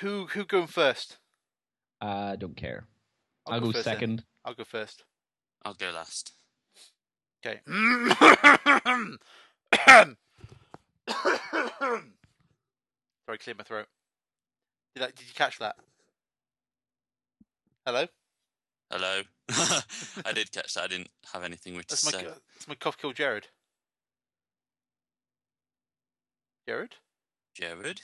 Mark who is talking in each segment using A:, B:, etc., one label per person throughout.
A: Who who going first?
B: I don't care. I'll, go
A: first then.
B: second.
A: I'll go first.
C: I'll go last.
A: Okay. Sorry, clear my throat. Did, that, did you catch that? Hello.
C: Hello. I did catch that. I didn't have anything which to
A: That's my
C: say.
A: co- that's my cough kill, Jared. Jared.
C: Jared.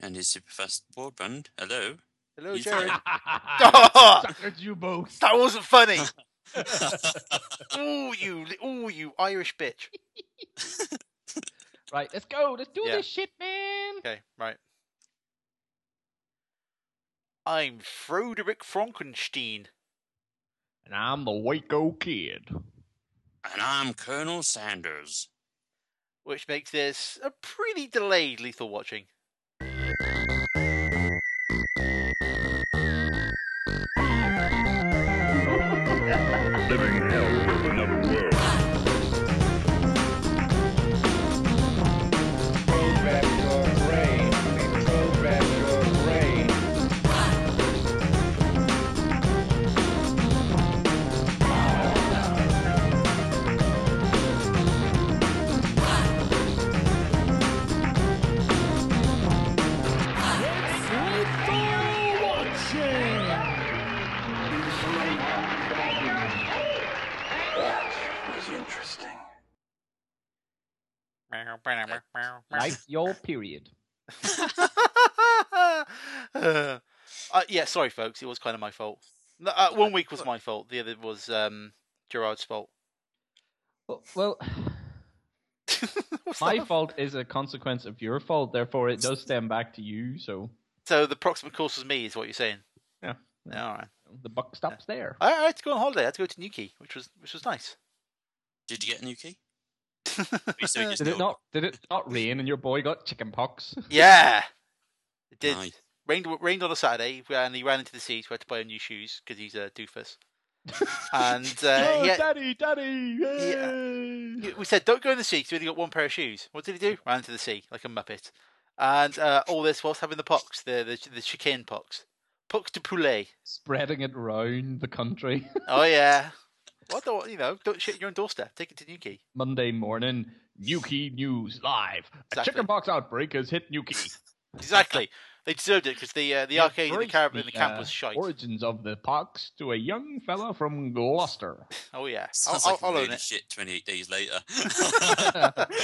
C: And his super fast broadband. Hello.
A: Hello,
C: You
A: Jared.
B: Suckered you both.
A: That wasn't funny. ooh, you, li- ooh, you Irish bitch.
B: Right, let's go. Let's do
A: Yeah.
B: this shit, man.
A: Okay, right. I'm Froderick Frankenstein.
B: And I'm the Waco kid.
C: and I'm Colonel Sanders.
A: which makes this a pretty delayed lethal watching.
D: Living hell with another world. Program your brain. We program your brain.
B: Like your period.
A: uh, yeah, sorry, folks. It was kind of my fault. No, Uh, one week was my fault. The other was um, Gerard's fault.
B: Well, well
A: What's
B: my
A: that?
B: fault is a consequence of your fault. Therefore, it does stem back to you. So
A: So the proximate cause was me, is what you're saying.
B: Yeah.
A: All right.
B: the buck stops there.
A: I I had to go on holiday. I had to go to Newquay, which was which was nice.
C: Did you get a new key? you still just
B: Did it
C: know-
B: not? Did it not rain? And your boy got chicken pox.
A: Uh, yeah, it did.
C: Nice.
A: Rained rained on a Saturday, and he ran into the sea. So I had to buy him new shoes because he's a doofus. and uh,
B: Oh,
A: he had-
B: daddy, daddy.
A: Yeah.
B: yay.
A: Y- We said, don't go in the sea because we only got one pair of shoes. What did he do? Ran into the sea like a muppet. And uh, all this whilst having the pox, the the, the chicane pox. Pox de poulet.
B: Spreading it round the country.
A: Oh, yeah. What the, you know, don't shit your own doorstep. Take it to Newquay.
B: Monday morning, Newquay News Live. A
A: Exactly.
B: chickenpox outbreak has hit Newquay.
A: Exactly. they deserved it because the, uh, the arcade in the
B: Embrace
A: caravan in the camp
B: uh,
A: was shite.
B: Origins of the pox to a young fella from Gloucester.
A: Oh, yeah. I'll,
C: Sounds
A: I'll,
C: like a
A: I'll own
C: really
A: it.
C: shit 28 days later.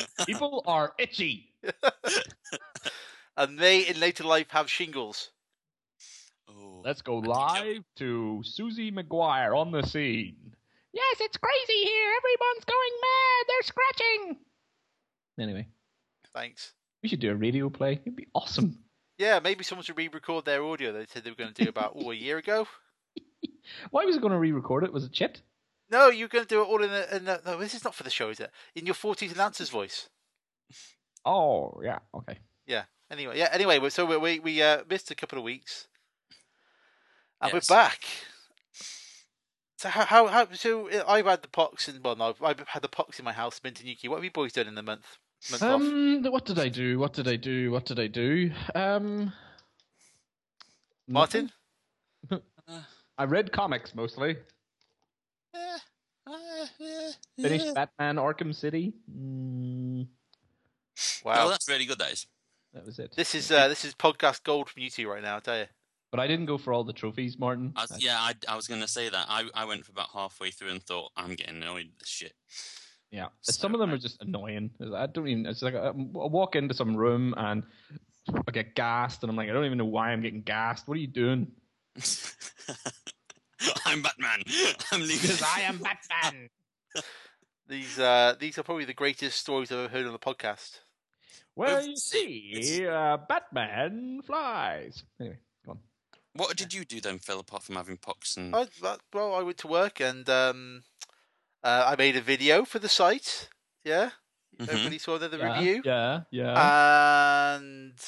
B: People are itchy.
A: And they in later life have shingles.
C: oh,
B: Let's go
C: I think
B: live to Susie McGuire on the scene. Yes, it's crazy here. Everyone's going mad. They're scratching. Anyway,
A: Thanks.
B: we should do a radio play. It'd be awesome.
A: Yeah, maybe someone should re record their audio they said they were going to do about oh, a year ago.
B: Why was it going to re-record it? Was it shit?
A: No, you're going to do it all in the. In the no, this is not for the show, is it? In your 40s and answers voice.
B: Oh yeah, okay.
A: Anyway, yeah. Anyway, we- so we we, we uh, missed a couple of weeks, and
C: Yes.
A: we're back. So how how, how so uh, I've had the pox and well, no, I've, I've had the pox in my house. Been to Newquay. What have you boys done in the month? month off?
B: Um, what did I do? What did I do? What did I do? Um,
A: Martin,
B: I read comics mostly. Finished Batman Arkham City. Mm,
A: wow.
C: Oh, that's really good, that is.
B: that was it.
A: This is uh, this is podcast gold from you two right now. I tell you.
B: But I didn't go for all the trophies, Martin.
C: I, yeah, I, I was going to say that. I, I went for about halfway through and thought, I'm getting annoyed with this shit.
B: Yeah.
C: So
B: some of them
C: I-
B: are just annoying. I don't even. It's like um, I I walk into some room and I get gassed, and I'm like, I don't even know why I'm getting gassed. What are you doing?
C: I'm Batman. I'm leaving.
B: am Batman.
A: These uh, these are probably the greatest stories I've ever heard on the podcast.
B: Well, you see, uh, Batman flies. Anyway, go on.
C: What did you do then, Phil, apart from having pox
B: Hmm.
C: and
A: I, that, uh, well, I went to work and um, uh, I made a video for the site. Yeah,
C: Mhm.
A: everybody saw the, the
B: Mm-hmm. yeah,
A: review.
B: Yeah, yeah.
A: and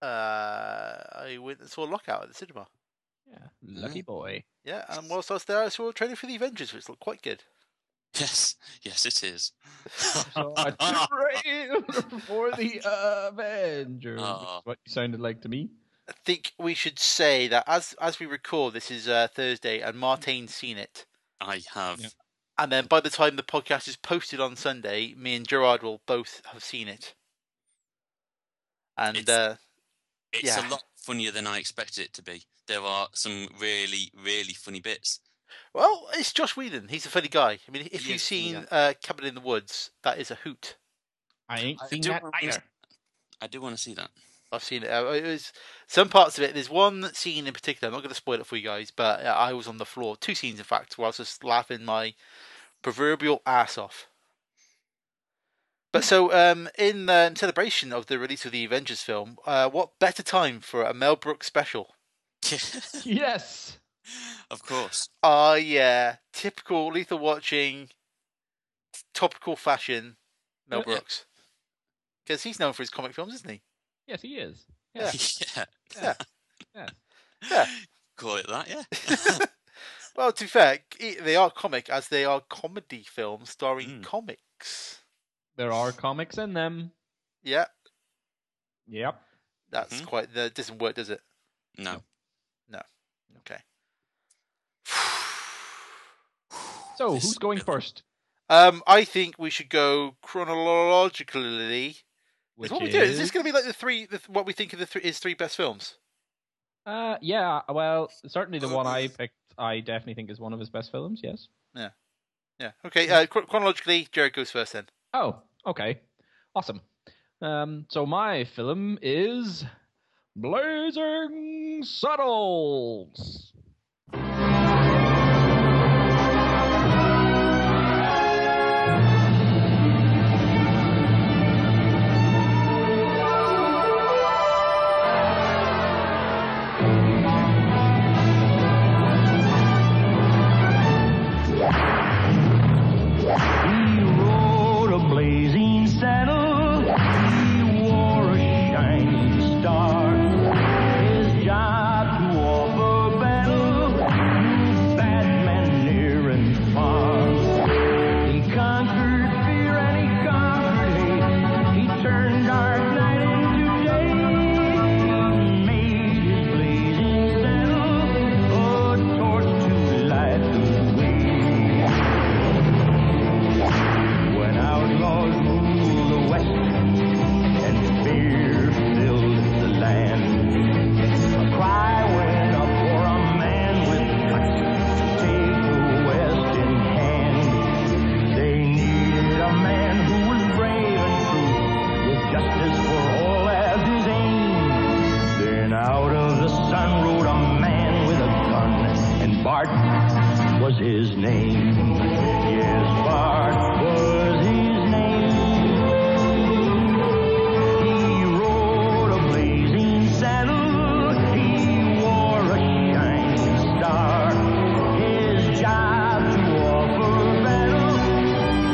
A: uh, I went and saw Lockout at the cinema.
B: yeah. Lucky boy.
A: Yeah, and whilst I was there, I saw a trailer for The Avengers, which looked quite good.
C: Yes, yes, it is.
B: So I train for the Avengers.
C: Oh.
B: What you sounded like to me.
A: I think we should say that as as we record, this is uh, Thursday, and Martine's seen it.
C: I have.
B: Yeah.
A: And then by the time the podcast is posted on Sunday, me and Gerard will both have seen it. And
C: It's-
A: uh,
C: It's
A: Yeah.
C: a lot funnier than I expected it to be. There are some really, really funny bits.
A: well, it's Josh Whedon. He's a funny guy. I mean, if
C: He
A: you've
C: is,
A: seen
C: yeah.
A: uh, Cabin in the Woods, that is a hoot.
B: I ain't
C: I
B: seen
C: do
B: that
C: wanna
B: either.
C: see- I do want to see that.
A: I've seen it. Uh, It was some parts of it. There's one scene in particular. I'm not going to spoil it for you guys, but uh, I was on the floor. Two scenes, in fact, where I was just laughing my proverbial ass off. But so, um, in um, celebration of the release of the Avengers film, uh, what better time for a Mel Brooks special?
B: Yes.
C: of course.
A: Ah, yeah, typical lethal watching, t- topical fashion, Mel
B: Yeah.
A: Brooks, because he's known for his comic films, isn't he?
B: Yes, he is.
A: Yeah.
C: yeah.
A: Yeah.
B: Yeah.
A: Yeah.
C: Call it that, yeah.
A: Well, to be fair, i- they are comic as they are comedy films starring
B: Hmm.
C: Mm.
A: comics.
B: There are comics in them.
A: Yeah,
B: Yep.
A: that's
B: Mm-hmm.
C: Mhm.
A: quite. That doesn't work, does it?
C: no.
A: Okay.
B: So
C: This
B: who's
C: is
B: going
C: really-
B: first?
A: Um, I think we should go chronologically. Is what we do? Is this going to be like the three? The, what we think of the three is three best films?
B: Uh, yeah. Well, certainly the one I picked, I definitely think is one of his best films. Yes.
A: Yeah. Okay.
B: Hmm.
A: Uh, chro- chronologically, Jared goes first. Then
B: Oh, okay. Awesome. Um, so my film is Blazing Saddles.
E: We rode a blazing saddle. He wore a shining star. His job to offer battle. Moved Batman near and far. He conquered fear and he conquered hate. He turned dark night into day. He made his blazing saddle a torch to light the way. When outlaws rule the west and fear fills the land, a cry went up for a man with guts to take the west in hand. They needed a man who was brave and true, with justice for all as his aim. Then out of the sun rode a man with a gun, and Bart was his name. Yes, Bart was his name. He rode a blazing saddle. He wore a shining star. His job to offer battle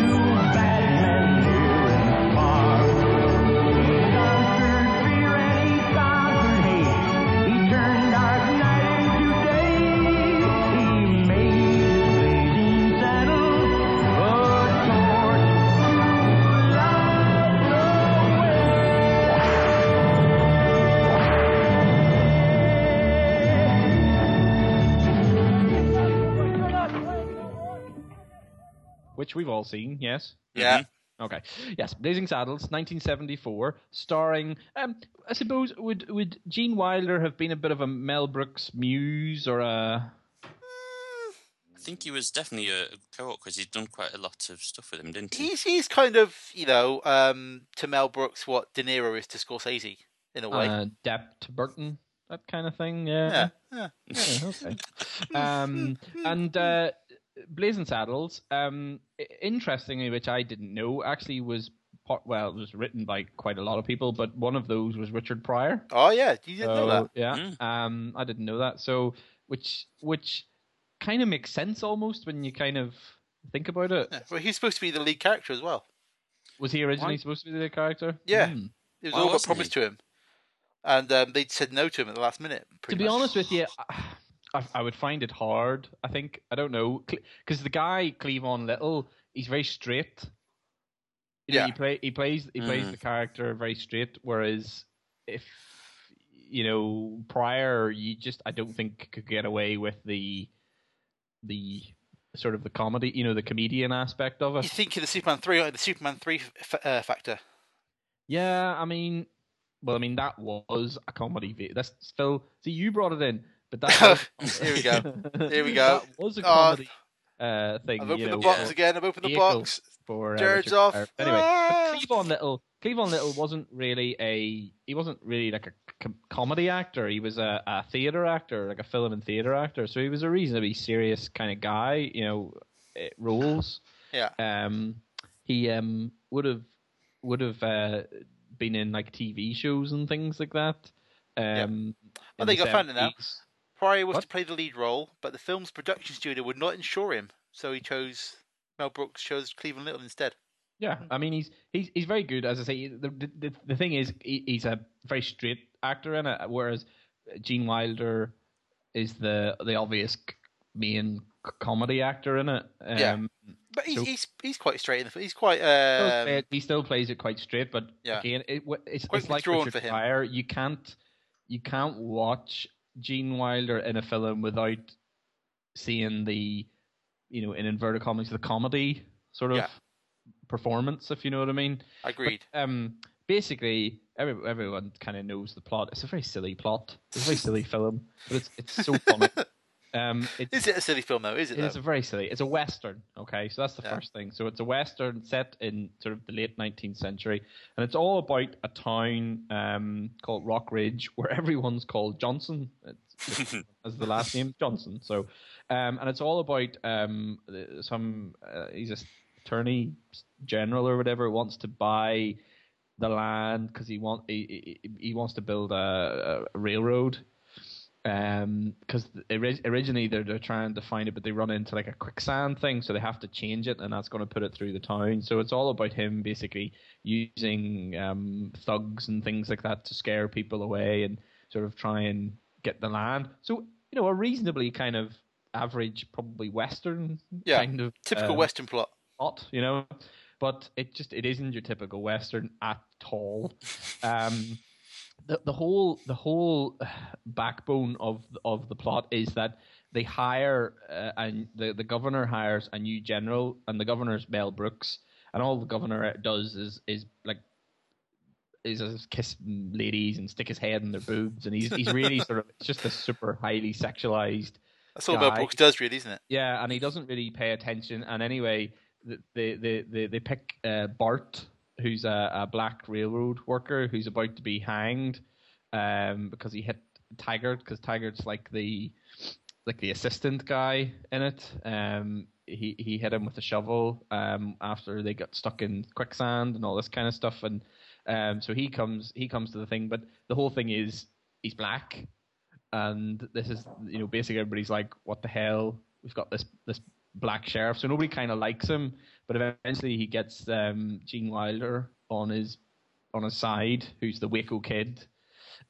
E: to Batman near and far. He conquered fear and he conquered hate. He turned dark night into day. He made his blazing saddle a torch to light the
B: which we've all seen, yes?
A: yeah,
B: Mm-hmm. Okay. Yes, Blazing Saddles, 1974, starring, um, I suppose, would, would Gene Wilder have been a bit of a Mel Brooks muse or a.
A: Mm,
C: I think he was definitely a co-op because he'd done quite a lot of stuff with him, didn't he?
A: he's he's kind of you know um, to Mel Brooks what De Niro is to Scorsese in a way.
B: Uh, Dept Burton, that kind of thing. Yeah.
A: yeah. yeah.
B: Yeah, okay. um, and uh, Blazing Saddles, um, i- interestingly, which I didn't know, actually was part, well, it was written by quite a lot of people, but one of those was Richard Pryor.
A: Oh yeah, you didn't know
B: So,
A: that.
B: Yeah,
C: Mm.
B: um, I didn't know that. So, which which kind of makes sense almost when you kind of think about it.
A: Yeah. Well, he's supposed to be the lead character as well.
B: Was he originally
C: Why-
B: supposed to be the character?
A: Yeah.
B: Hmm.
A: It was
C: Why
A: all but
C: wasn't
A: promised to him, and um, they said no to him at the last minute.
B: To
A: pretty
B: be
A: much.
B: honest with you, I, I would find it hard. I think I don't know because the guy Cleavon Little, he's very straight. You know,
A: Yeah.
B: he play he plays he plays
C: Mm.
B: the character very straight. Whereas if you know prior, you just I don't think could get away with the the sort of the comedy, you know, the comedian aspect of
A: You
B: it.
A: think of the Superman three, like the Superman three f- uh, factor.
B: Yeah, I mean, well, I mean that was a comedy. vi- That's still see you brought it in, but that was,
A: Here we go. Here we go.
B: That was a
A: Oh,
B: comedy uh, thing.
A: I've
B: you
A: opened the
B: know,
A: box
B: for-
A: again. I've opened the
B: vehicle.
A: box.
B: for uh,
A: Jared's
B: Richard
A: off.
B: Pryor. Anyway,
A: Ah!
B: but Cleavon Little, Cleavon Little wasn't really a he wasn't really like a com- comedy actor. He was a, a theater actor, like a film and theater actor. So he was a reasonably serious kind of guy. You know, it rules.
A: Yeah.
B: Um, he um would have would have uh, been in like TV shows and things like that. Um,
A: Well,
B: in
A: they
B: the
A: got funding now.
B: 70s.
A: Pryor was
B: What?
A: to play the lead role, but the film's production studio would not insure him, so he chose Mel Brooks chose Cleveland Little instead.
B: Yeah,
A: Mm-hmm.
B: I mean he's he's he's very good. As I say, the the, the thing is he, he's a very straight actor in it, whereas Gene Wilder is the the obvious c- main c- comedy actor in it. Um,
A: Yeah. But he's
B: So-
A: he's, he's quite straight in the film. He's quite
B: still
A: um,
B: play- he still plays it quite straight, but
A: Yeah.
B: again, it, w- it's,
A: Quite
B: it's like
A: withdrawn
B: Richard
A: for him.
B: Pryor. You can't you can't watch Gene Wilder in a film without seeing the you know in inverted commas the comedy sort of
A: Yeah.
B: performance, if you know what I mean.
A: agreed.
B: um, basically, every, everyone kind of knows the plot. It's a very silly plot. It's a very silly film, but it's it's so funny. Um, it's
A: Is it a silly film though? Is it?
B: it is
A: though?
B: a very silly. It's a western. Okay, so that's the
A: Yeah.
B: first thing. So it's a western set in sort of the late nineteenth century, and it's all about a town um, called Rock Ridge where everyone's called Johnson It's just as the last name Johnson. So, um, and it's all about um, the- some uh, he's a attorney general or whatever wants to buy the land because he want he, he, he wants to build a, a railroad um because originally they're, they're trying to find it but they run into like a quicksand thing so they have to change it and that's going to put it through the town so it's all about him basically using um thugs and things like that to scare people away and sort of try and get the land so you know a reasonably kind of average probably western
A: Yeah,
B: kind of
A: Typical
B: uh,
A: Western plot.
B: plot, you know. But it just it isn't your typical western at all. Um, the the whole the whole backbone of of the plot is that they hire uh, and the the governor hires a new general, and the governor's Mel Brooks, and all the governor does is is like. Is just kiss ladies and stick his head in their boobs, and he's he's really sort of it's just a super highly sexualized
A: That's all Mel
B: guy.
A: Brooks does, really, isn't it?
B: yeah, and he doesn't really pay attention. And anyway, th- they they they, they pick uh, Bart, who's a, a black railroad worker who's about to be hanged, um, because he hit Taggart. Because Taggart's like the like the assistant guy in it. Um, he he hit him with a shovel. Um, after they got stuck in quicksand and all this kind of stuff. And um, so he comes he comes to the thing, but the whole thing is he's black and this is you know basically everybody's like what the hell we've got this this black sheriff so nobody kind of likes him but eventually he gets um gene wilder on his on his side who's the waco kid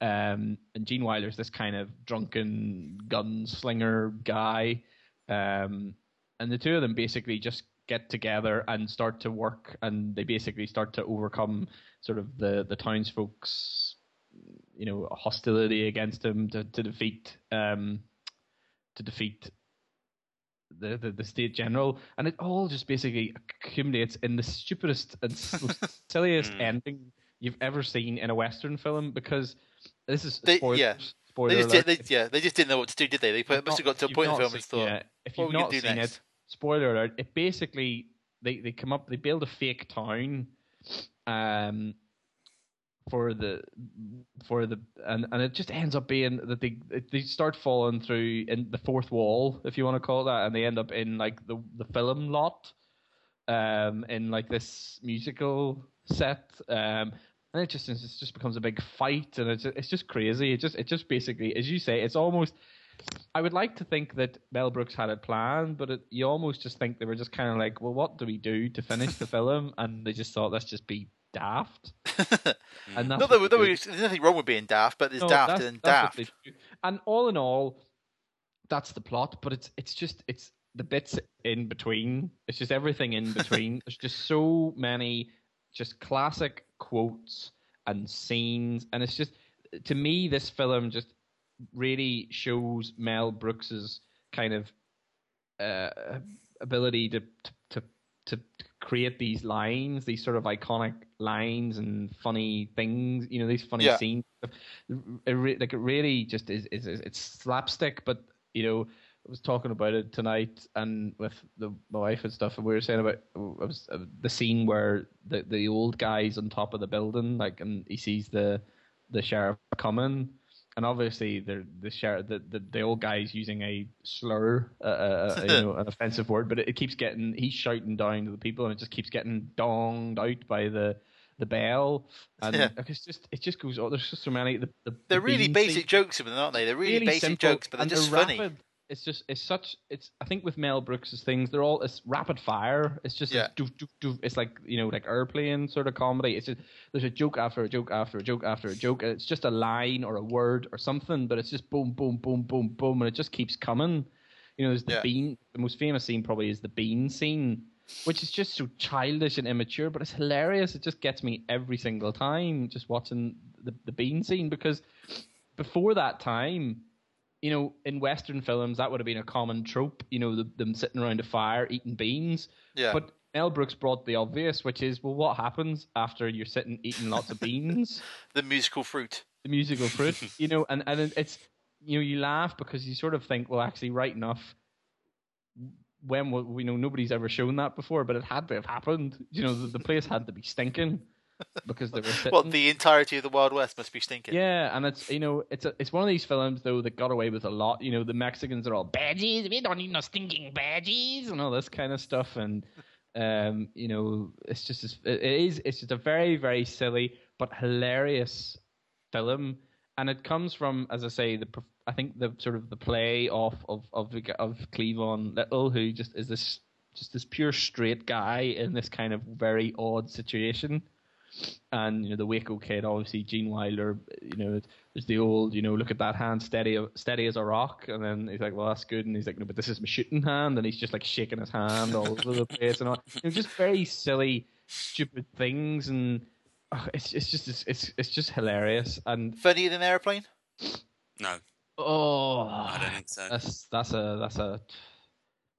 B: um and gene wilder's this kind of drunken gunslinger guy um and the two of them basically just get together and start to work and they basically start to overcome sort of the the townsfolk's you know hostility against him to, to defeat um to defeat the, the the state general and it all just basically accumulates in the stupidest and s- most silliest
C: Mm.
B: ending you've ever seen in a western film because this is
A: They-
B: spoilers,
A: yeah.
B: spoiler
A: They just did,
B: alert.
A: they, yeah, they just didn't know what to do, did they? They put,
B: You've
A: must have
B: not-
A: got to a
B: you've
A: point in the
B: not
A: film and
B: seen-
A: thought,
B: yeah, if
A: what
B: you've
A: we gonna
B: not
A: do
B: seen
A: next?
B: it, spoiler alert, it basically they, they come up, they build a fake town, um, for the for the and and it just ends up being that they they start falling through in the fourth wall, if you want to call it that, and they end up in like the the film lot, um, in like this musical set, um. And it just it just becomes a big fight, and it's it's just crazy. It just it just basically, as you say, it's almost I would like to think that Mel Brooks had a plan, but it, you almost just think they were just kind of like, well, what do we do to finish the film? And they just thought, let's just be daft. And that's
A: no,
B: what
A: there,
B: they
A: there
B: do.
A: was, there's nothing wrong with being daft, but there's
B: No,
A: daft
B: that's-
A: and
B: that's what
A: daft.
B: they do. And all in all, that's the plot. But it's it's just it's the bits in between. It's just everything in between. There's just so many just classic quotes and scenes, and it's just to me this film just really shows Mel Brooks's kind of uh, ability to to to to create these lines, these sort of iconic lines and funny things. You know, these funny
A: Yeah.
B: scenes. It re- like it really just is, is, is it's slapstick, but you know. I was talking about it tonight and with the, my wife and stuff, and we were saying about I was, uh, the scene where the, the old guy's on top of the building, like, and he sees the the sheriff coming, and obviously the the sheriff, the, the, the old guy's using a slur, uh, uh, you know, an offensive word, but it, it keeps getting he's shouting down to the people, and it just keeps getting donged out by the the bell, and
A: Yeah.
B: like, it's just it just goes. Oh, there's just so many. The, the,
A: They're
B: the
A: really
B: bean
A: basic
B: scene-
A: jokes, of them, aren't they? They're really, basic
B: simple,
A: jokes, but they're
B: and
A: just funny.
B: rapid. It's just it's such it's I think with Mel Brooks's things they're all it's rapid fire. It's just
A: Yeah.
B: like, doof, doof, doof. it's like you know like airplane sort of comedy. It's just there's a joke after a joke after a joke after a joke. and It's just a line or a word or something, but it's just boom boom boom boom boom, and it just keeps coming. You know, there's the
A: Yeah.
B: bean. The most famous scene probably is the bean scene, which is just so childish and immature, but it's hilarious. It just gets me every single time just watching the, the bean scene because before that time, you know, in Western films, that would have been a common trope. You know, the, them sitting around a fire eating beans.
A: Yeah.
B: But Mel Brooks brought the obvious, which is, well, what happens after you're sitting eating lots of beans?
A: The musical fruit.
B: the musical fruit, you know, and, and it's, you know, you laugh because you sort of think, well, actually, right enough, when will, you know, nobody's ever shown that before, but it had to have happened. You know, the, the place had to be stinking because they were sitting.
A: Well, the entirety of the Wild West must be stinking.
B: Yeah, and it's you know it's a, it's one of these films though that got away with a lot. You know the Mexicans are all badges. We don't need no stinking badges and all this kind of stuff. And um, you know it's just this- it is it's just a very very silly but hilarious film, and it comes from as I say the prof- I think the sort of the play off of of the g- of Cleavon Little who just is this just this pure straight guy in this kind of very odd situation and you know the Waco kid, obviously Gene Wilder. You know, there's the old, you know, look at that hand, steady, steady as a rock. And then he's like, well, that's good. And he's like, no, but this is my shooting hand. And he's just like shaking his hand all over the place and all. You know, just very silly, stupid things, and oh, it's it's just it's, it's it's just hilarious. And
A: Funny in an airplane?
C: No,
B: oh,
C: I don't think so.
B: that's that's a that's a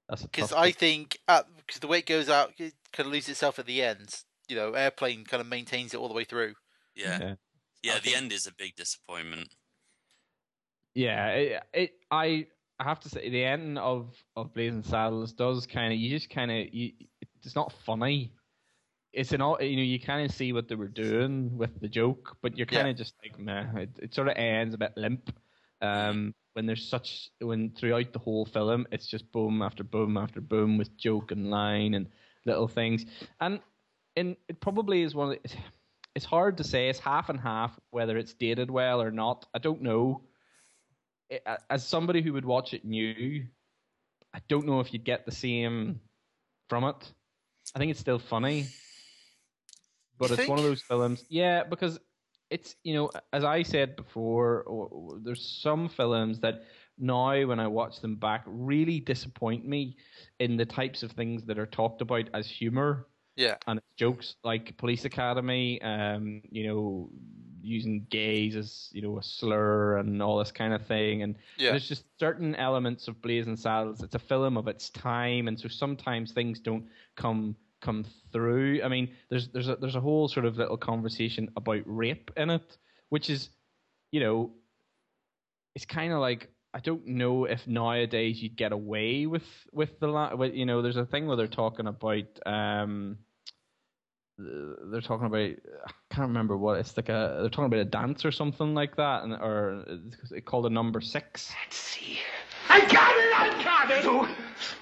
B: that's a
A: Because
B: tough
A: I think because the way it goes out, it kind of loses itself at the end. You know, airplane kind of maintains it all the way through.
C: Yeah.
B: Yeah.
C: Yeah,
A: I
C: the
A: think-
C: end is a big disappointment.
B: Yeah, it, it I I have to say the end of of Blazing Saddles does kind of you just kind of you it's not funny. It's an au- you know you kind of see what they were doing with the joke, but you're
A: Yeah.
B: kind of just like meh. It, it sort of ends a bit limp. Um, when there's such when throughout the whole film it's just boom after boom after boom with joke and line and little things, and and it probably is one of the, it's hard to say it's half and half whether it's dated well or not. I don't know it- a- as somebody who would watch it new, I don't know if you'd get the same from it. I think it's still funny, but
A: You
B: it's one of
A: think?
B: those films. Yeah, because it's you know, as I said before, o- o- there's some films that now when I watch them back really disappoint me in the types of things that are talked about as humor
A: Yeah.
B: and it's jokes like Police Academy, um, you know, using gays as you know a slur and all this kind of thing, and
A: Yeah.
B: there's just certain elements of Blazing Saddles. It's a film of its time, and so sometimes things don't come come through. I mean, there's there's a there's a whole sort of little conversation about rape in it, which is, you know, it's kind of like I don't know if nowadays you'd get away with with the la- with, you know. There's a thing where they're talking about um, th- they're talking about I can't remember what it's like a they're talking about a dance or something like that, and or it's it's called a number six.
F: I got it! I got it! So,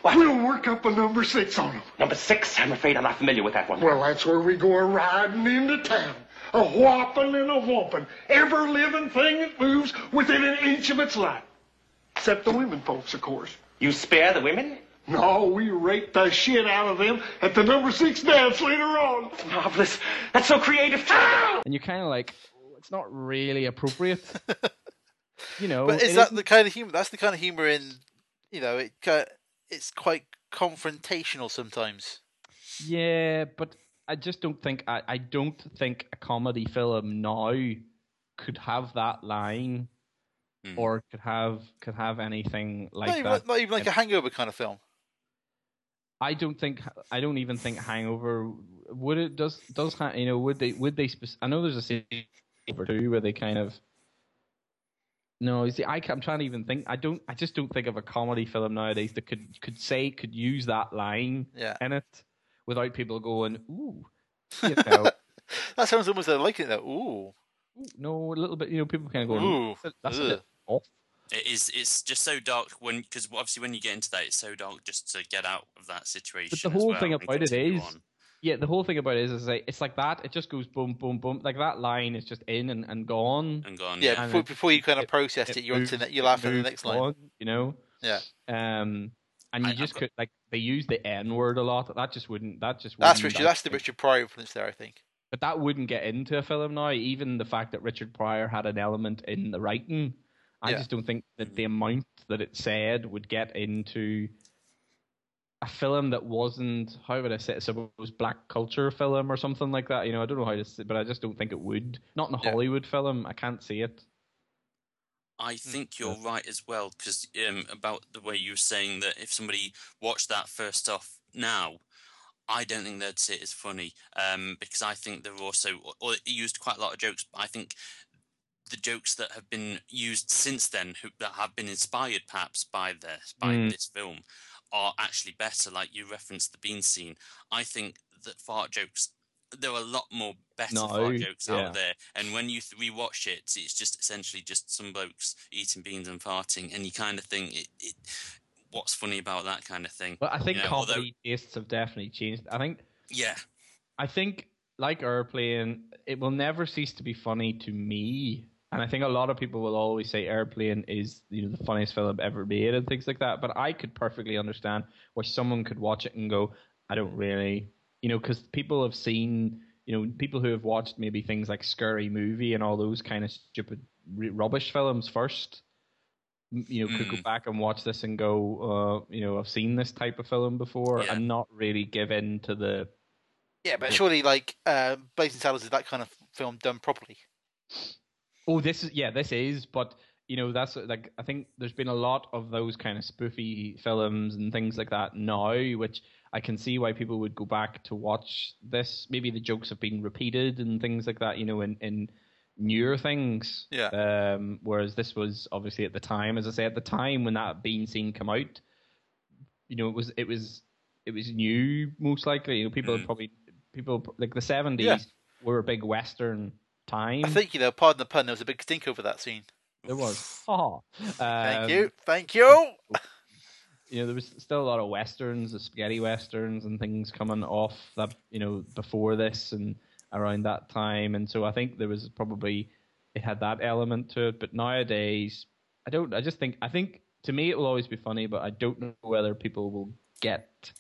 F: we'll work up a number six on him.
G: Number six, I'm afraid I'm not familiar with that one.
F: Well, that's where we go riding into town. A whopping and a whopping. Every living thing that moves within an inch of its life. Except the women folks, of course.
G: you spare the women?
F: No, we rape the shit out of them at the number six dance later on.
G: Marvelous. That's so creative. too.
B: and you're kind of like, "Oh, it's not really appropriate. you know,
A: But is
B: it
A: that
B: isn't-
A: the kind of humor? That's the kind of humor in, you know, it kind it's quite confrontational sometimes.
B: Yeah, but I just don't think I, I don't think a comedy film now could have that line
C: Hmm.
B: or could have could have anything like
A: not, even,
B: that.
A: not even like a
B: Yeah.
A: hangover kind of film.
B: I don't think I don't even think Hangover would it does does Ha- you know would they would they spec- I know there's a scene or two where they kind of no you see I, ca- I'm trying to even think I don't I just don't think of a comedy film nowadays that could could say could use that line
A: Yeah.
B: in it without people going ooh you know
A: That sounds almost like liking it though.
B: ooh, no a little bit you know people kind of
A: Ooh.
B: going "Oh." ooh,
A: Ooh.
B: that's
A: ugh.
B: a bit off
C: It is. It's just so dark when because obviously when you get into that, it's so dark just to get out of that situation. as
B: whole
C: well
B: thing
C: and
B: about it
C: continue
B: is-
C: on.
B: yeah the whole thing about it is, is like, it's like that it just goes boom boom boom like that line is just in and, and gone
C: and gone.
A: Yeah,
C: Yeah,
A: before,
B: it-
A: before you kind of
B: it-
A: processed it,
B: it
A: you're on to
B: moves-
A: the, you're laughing at the
B: moves
A: next line.
B: on, you know.
A: Yeah.
B: Um, and you
C: I- I've
B: just
C: got-
B: could like they use the N word a lot. That just wouldn't. That just
A: That's
B: wouldn't,
A: Richard. That's the
B: actually-
A: Richard Pryor influence there, I think.
B: But that wouldn't get into a film now. Even the fact that Richard Pryor had an element in the writing, I
A: Yeah.
B: just don't think that the amount that it said would get into a film that wasn't how would I say it? Suppose black culture film or something like that. You know, I don't know how to, say, but I just don't think it would. Not in a
A: Yeah.
B: Hollywood film. I can't see it.
C: I think you're right as well because um, about the way you were saying that if somebody watched that first off now, I don't think they'd see it as funny um, because I think they're also or it used quite a lot of jokes. But I think the jokes that have been used since then who, that have been inspired perhaps by this by
B: Mm.
C: this film are actually better. Like you referenced the bean scene, I think that fart jokes. There are a lot more better
B: No,
C: fart jokes
B: yeah.
C: out there, and when you th- rewatch it, it's just essentially just some blokes eating beans and farting, and you kind of think, it, it, "What's funny about that kind of thing?"
B: But I think
C: You know, although-
B: comedy tastes have definitely changed. I think
C: Yeah,
B: I think, like Airplane, it will never cease to be funny to me. And I think a lot of people will always say Airplane is you know the funniest film ever made and things like that. But I could perfectly understand why someone could watch it and go, I don't really, you know, because people have seen, you know, people who have watched maybe things like Scurry Movie and all those kind of stupid r- rubbish films first, m- you know, could go
C: Mm.
B: back and watch this and go, uh, you know, I've seen this type of film before
C: Yeah.
B: and not really give in to the
A: Yeah, but surely like uh, Blazing Saddles is that kind of film done properly.
B: Oh, this is yeah, this is. But you know, that's like I think there's been a lot of those kind of spoofy films and things like that now, which I can see why people would go back to watch this. Maybe the jokes have been repeated and things like that. You know, in in newer things.
A: Yeah.
B: Um, whereas this was obviously at the time, as I say, at the time when that bean scene come out, you know, it was it was it was new most likely. You know, people
C: Mm.
B: probably people like the seventies
A: Yeah.
B: were a big western time.
A: I think you know. Pardon the pun. There was a big stink over that scene.
B: There was. Oh.
A: Thank you. Thank you.
B: You know, there was still a lot of westerns, the spaghetti westerns and things coming off that, you know, before this and around that time. And so I think there was probably, it had that element to it. But nowadays, I don't, I just think, I think to me it will always be funny, but I don't know whether people will get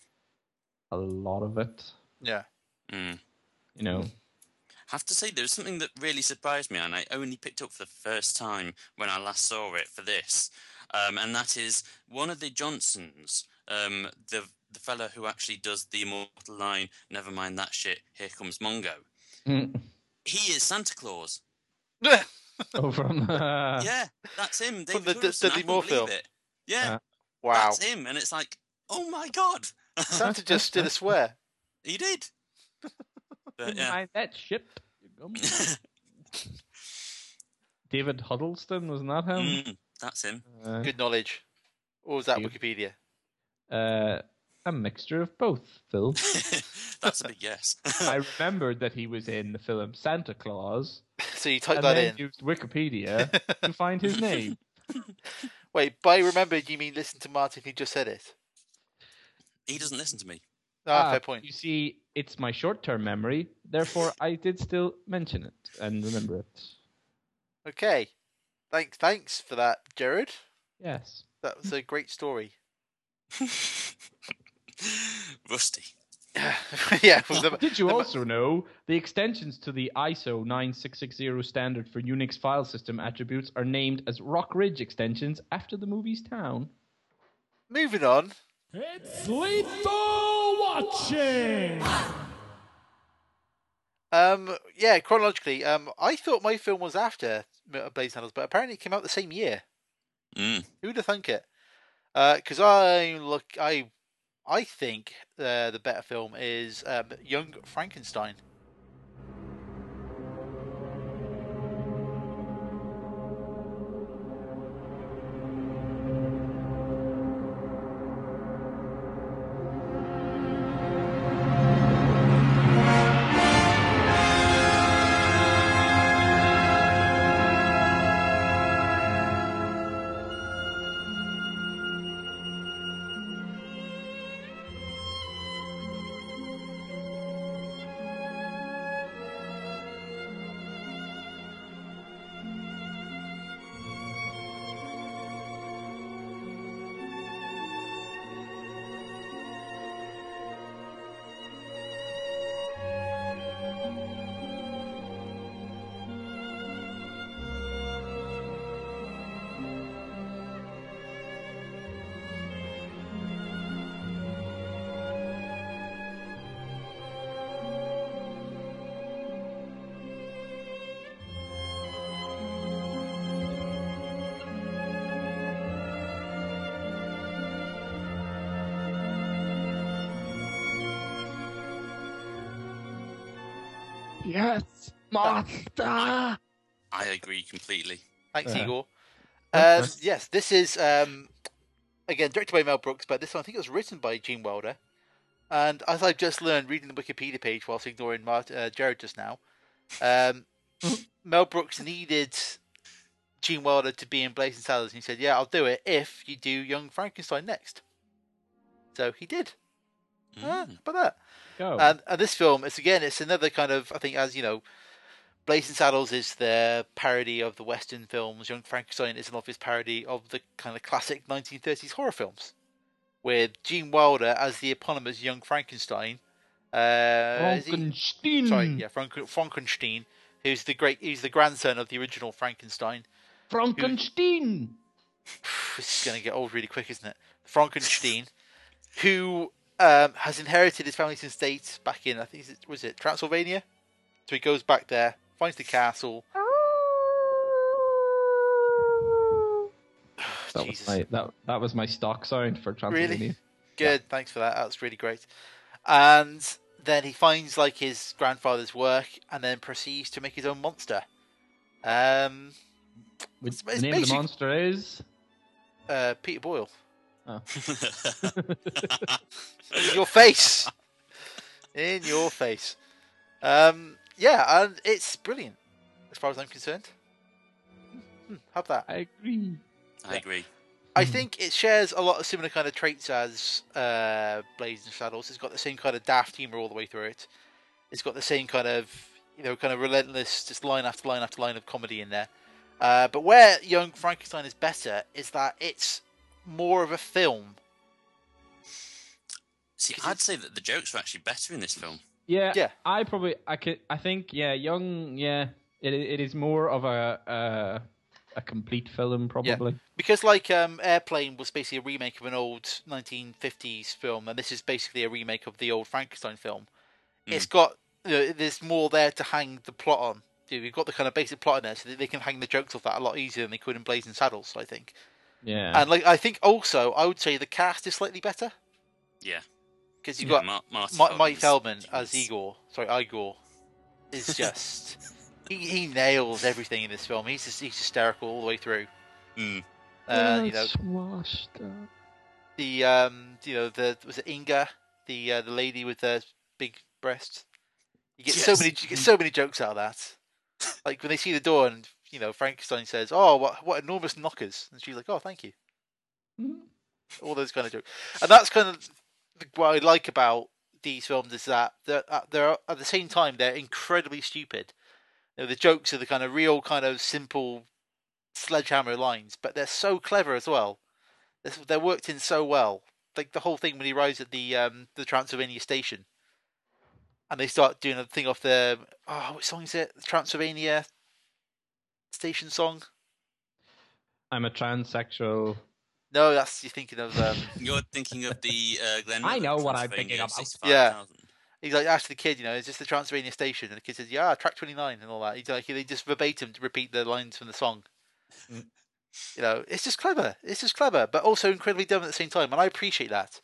B: a lot of it,
A: Yeah.
C: Mm.
B: you know.
C: have to say there was something that really surprised me, and I only picked up for the first time when I last saw it for this, um, and that is one of the Johnsons, um, the the fella who actually does the immortal line, "Never mind that shit, here comes Mongo." He is Santa Claus.
B: oh, from,
C: yeah, that's him. David
A: the- the
C: Huddleston, I
A: Dudley
C: couldn't
A: Moore
C: believe
A: film.
C: it. Yeah,
B: Uh,
A: Wow.
C: that's him, and it's like, oh my god,
A: Santa just did a swear.
C: he did. But,
B: Didn't
C: yeah.
B: mind that ship. David Huddleston, wasn't that him?
C: Mm, that's him.
B: Uh,
A: Good knowledge. Or was that
B: You-
A: Wikipedia?
B: uh, a mixture of both, Phil.
C: that's a big yes.
B: I remembered that he was in the film Santa Claus,
A: So you typed
B: and
A: that
B: then
A: in.
B: used Wikipedia to find his name.
A: Wait, by remembered you mean listen to Martin who just said it?
C: he doesn't listen to me.
A: Ah, fair
B: Ah,
A: point.
B: You see, it's my short-term memory, therefore I did still mention it and remember it.
A: Okay. Thanks thanks for that, Jared.
B: Yes.
A: That was a great story.
C: Rusty.
A: yeah, from the-
B: Did you
A: the-
B: also know the extensions to the ISO 9660 standard for Unix file system attributes are named as Rock Ridge extensions after the movie's town?
A: moving on
H: It's lethal watching.
A: Um, yeah, chronologically, um, I thought my film was after M- uh, Blazing Saddles, but apparently it came out the same year.
C: Mm.
A: Who'd have thunk it? Because I look, I, I think uh, the better film is um, Young Frankenstein.
B: Yes, monster.
C: I agree completely.
A: Thanks,
H: Yeah.
A: Igor.
H: Okay.
A: Um, yes, this is um, again directed by Mel Brooks, but this one I think it was written by Gene Wilder. And as I've just learned reading the Wikipedia page whilst ignoring Mart- uh, Jared just now, um, Mel Brooks needed Gene Wilder to be in Blazing Saddles, and he said, "Yeah, I'll do it if you do Young Frankenstein next." So he did.
C: Hmm. Mm.
A: Huh? How about that.
B: Go.
A: And, and this film, it's again, it's another kind of, I think, as you know, Blazing Saddles is the parody of the Western films. Young Frankenstein is an obvious parody of the kind of classic 1930s horror films, with Gene Wilder as the eponymous Young Frankenstein. Uh, is he-
B: Frankenstein.
A: Sorry, yeah, Frank- Frankenstein, who's the great, who's the grandson of the original Frankenstein.
B: Frankenstein.
A: this is going to get old really quick, isn't it? Frankenstein, who um, has inherited his family's estate back in, I think, is it, was it Transylvania? So he goes back there, finds the castle.
B: That
A: Jesus.
B: was my that, that was my stock sound for Transylvania.
A: Really? Good, thanks for that. That's really great. And then he finds like his grandfather's work and then proceeds to make his own monster. Um,
B: Which
A: It's- it's
B: the name of the
A: basic-
B: monster is.
A: uh, Peter Boyle. in
C: Mm.
A: your face. In your face. Um, yeah, and it's brilliant as far as I'm concerned. Hmm, Have that.
B: I agree.
C: I agree.
A: I think it shares a lot of similar kind of traits as uh, Blades and Shadows. It's got the same kind of daft humor all the way through it. It's got the same kind of you know kind of relentless, just line after line after line of comedy in there. Uh, but where Young Frankenstein is better is that it's more of a film.
C: See, I'd say that the jokes were actually better in this film.
B: Yeah,
A: Yeah.
B: I probably I could I think yeah, young yeah. It it is more of a a, a complete film probably.
A: because like um, Airplane was basically a remake of an old 1950s film, and this is basically a remake of the old Frankenstein film. It's got you know, there's more there to hang the plot on. You know, You've got the kind of basic plot in there, so that they can hang the jokes off that a lot easier than they could in Blazing Saddles, I think.
B: Yeah.
A: And like I think also I would say the cast is slightly better
C: Yeah.
A: because you've
C: Yeah,
A: got
C: Ma- Marty
A: Mi- Mike Feldman
C: Feldman's
A: as
C: genius.
A: Igor, sorry Igor, is just he, he nails everything in this film. He's just, he's hysterical all the way through.
C: Mm.
A: Uh, you know,
B: washed up.
A: the um you know the was it Inga the uh, the lady with the big breast. You get so
C: Yes.
A: many you get so many jokes out of that. Like when they see the door and you know Frankenstein says, "Oh, what what enormous knockers," and she's like, "Oh, thank you."
B: Hmm?
A: All those kind of jokes, and that's kind of what I like about these films is that they're, uh, they're at the same time they're incredibly stupid. You know, the jokes are the kind of real kind of simple sledgehammer lines, but they're so clever as well. This- They're worked in so well. Like the whole thing when he arrives at the um, the Transylvania station, and they start doing a thing off the oh, what song is it? The Transylvania station song?
B: I'm a transsexual
A: No, that's you're thinking of. Um,
C: You're thinking of the uh, Glenn.
B: I
C: Miller
B: know what I'm
C: Transylvania
B: thinking about.
C: 65,000.
A: he's like asked the kid, you know, is this the Transylvania station? And the kid says, yeah, track twenty nine and all that. He's like, they just verbatim to repeat the lines from the song. You know, it's just clever. It's just clever, but also incredibly dumb at the same time, and I appreciate that.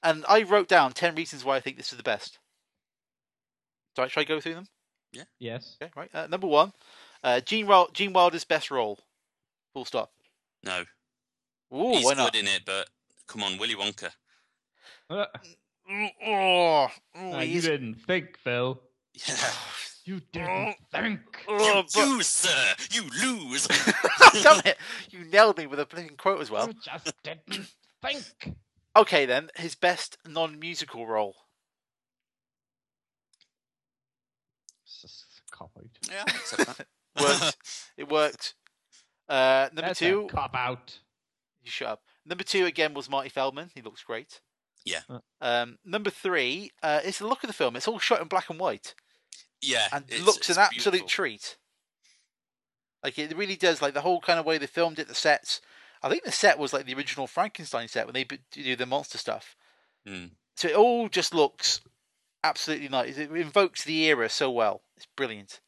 A: And I wrote down ten reasons why I think this is the best. Do I try go through them?
B: Yes.
A: Okay, right. Uh, number one, uh, Gene, Wil- Gene Wilder's best role. Full stop.
C: No,
A: Ooh,
C: he's
A: why
C: good
A: not?
C: in it, but come on, Willy Wonka.
B: Uh,
A: Mm, Oh, oh,
B: uh,
A: he
B: you
A: is-
B: didn't think, Phil.
C: Yeah.
B: You
A: Mm.
B: didn't think.
A: oh, but-
C: you, sir, you lose.
A: Damn it! You nailed me with a blinking quote as well.
B: You just didn't think.
A: Okay, then his best non-musical role.
B: It's just a cop out.
C: yeah, I accept that.
A: Worked. it worked. Uh, number
B: That's a
A: two,
B: cop out.
A: you shut up. Number two again was Marty Feldman. He looks great.
C: Yeah.
B: Uh.
A: Um, number three, uh, it's the look of the film. It's all shot in black and white.
C: yeah,
A: and
C: it's-
A: looks
C: it's
A: an absolute
C: beautiful.
A: treat. Like it really does. Like the whole kind of way they filmed it, the sets. I think the set was like the original Frankenstein set when they b- do the monster stuff.
C: Mm.
A: So it all just looks absolutely nice. It invokes the era so well. It's brilliant.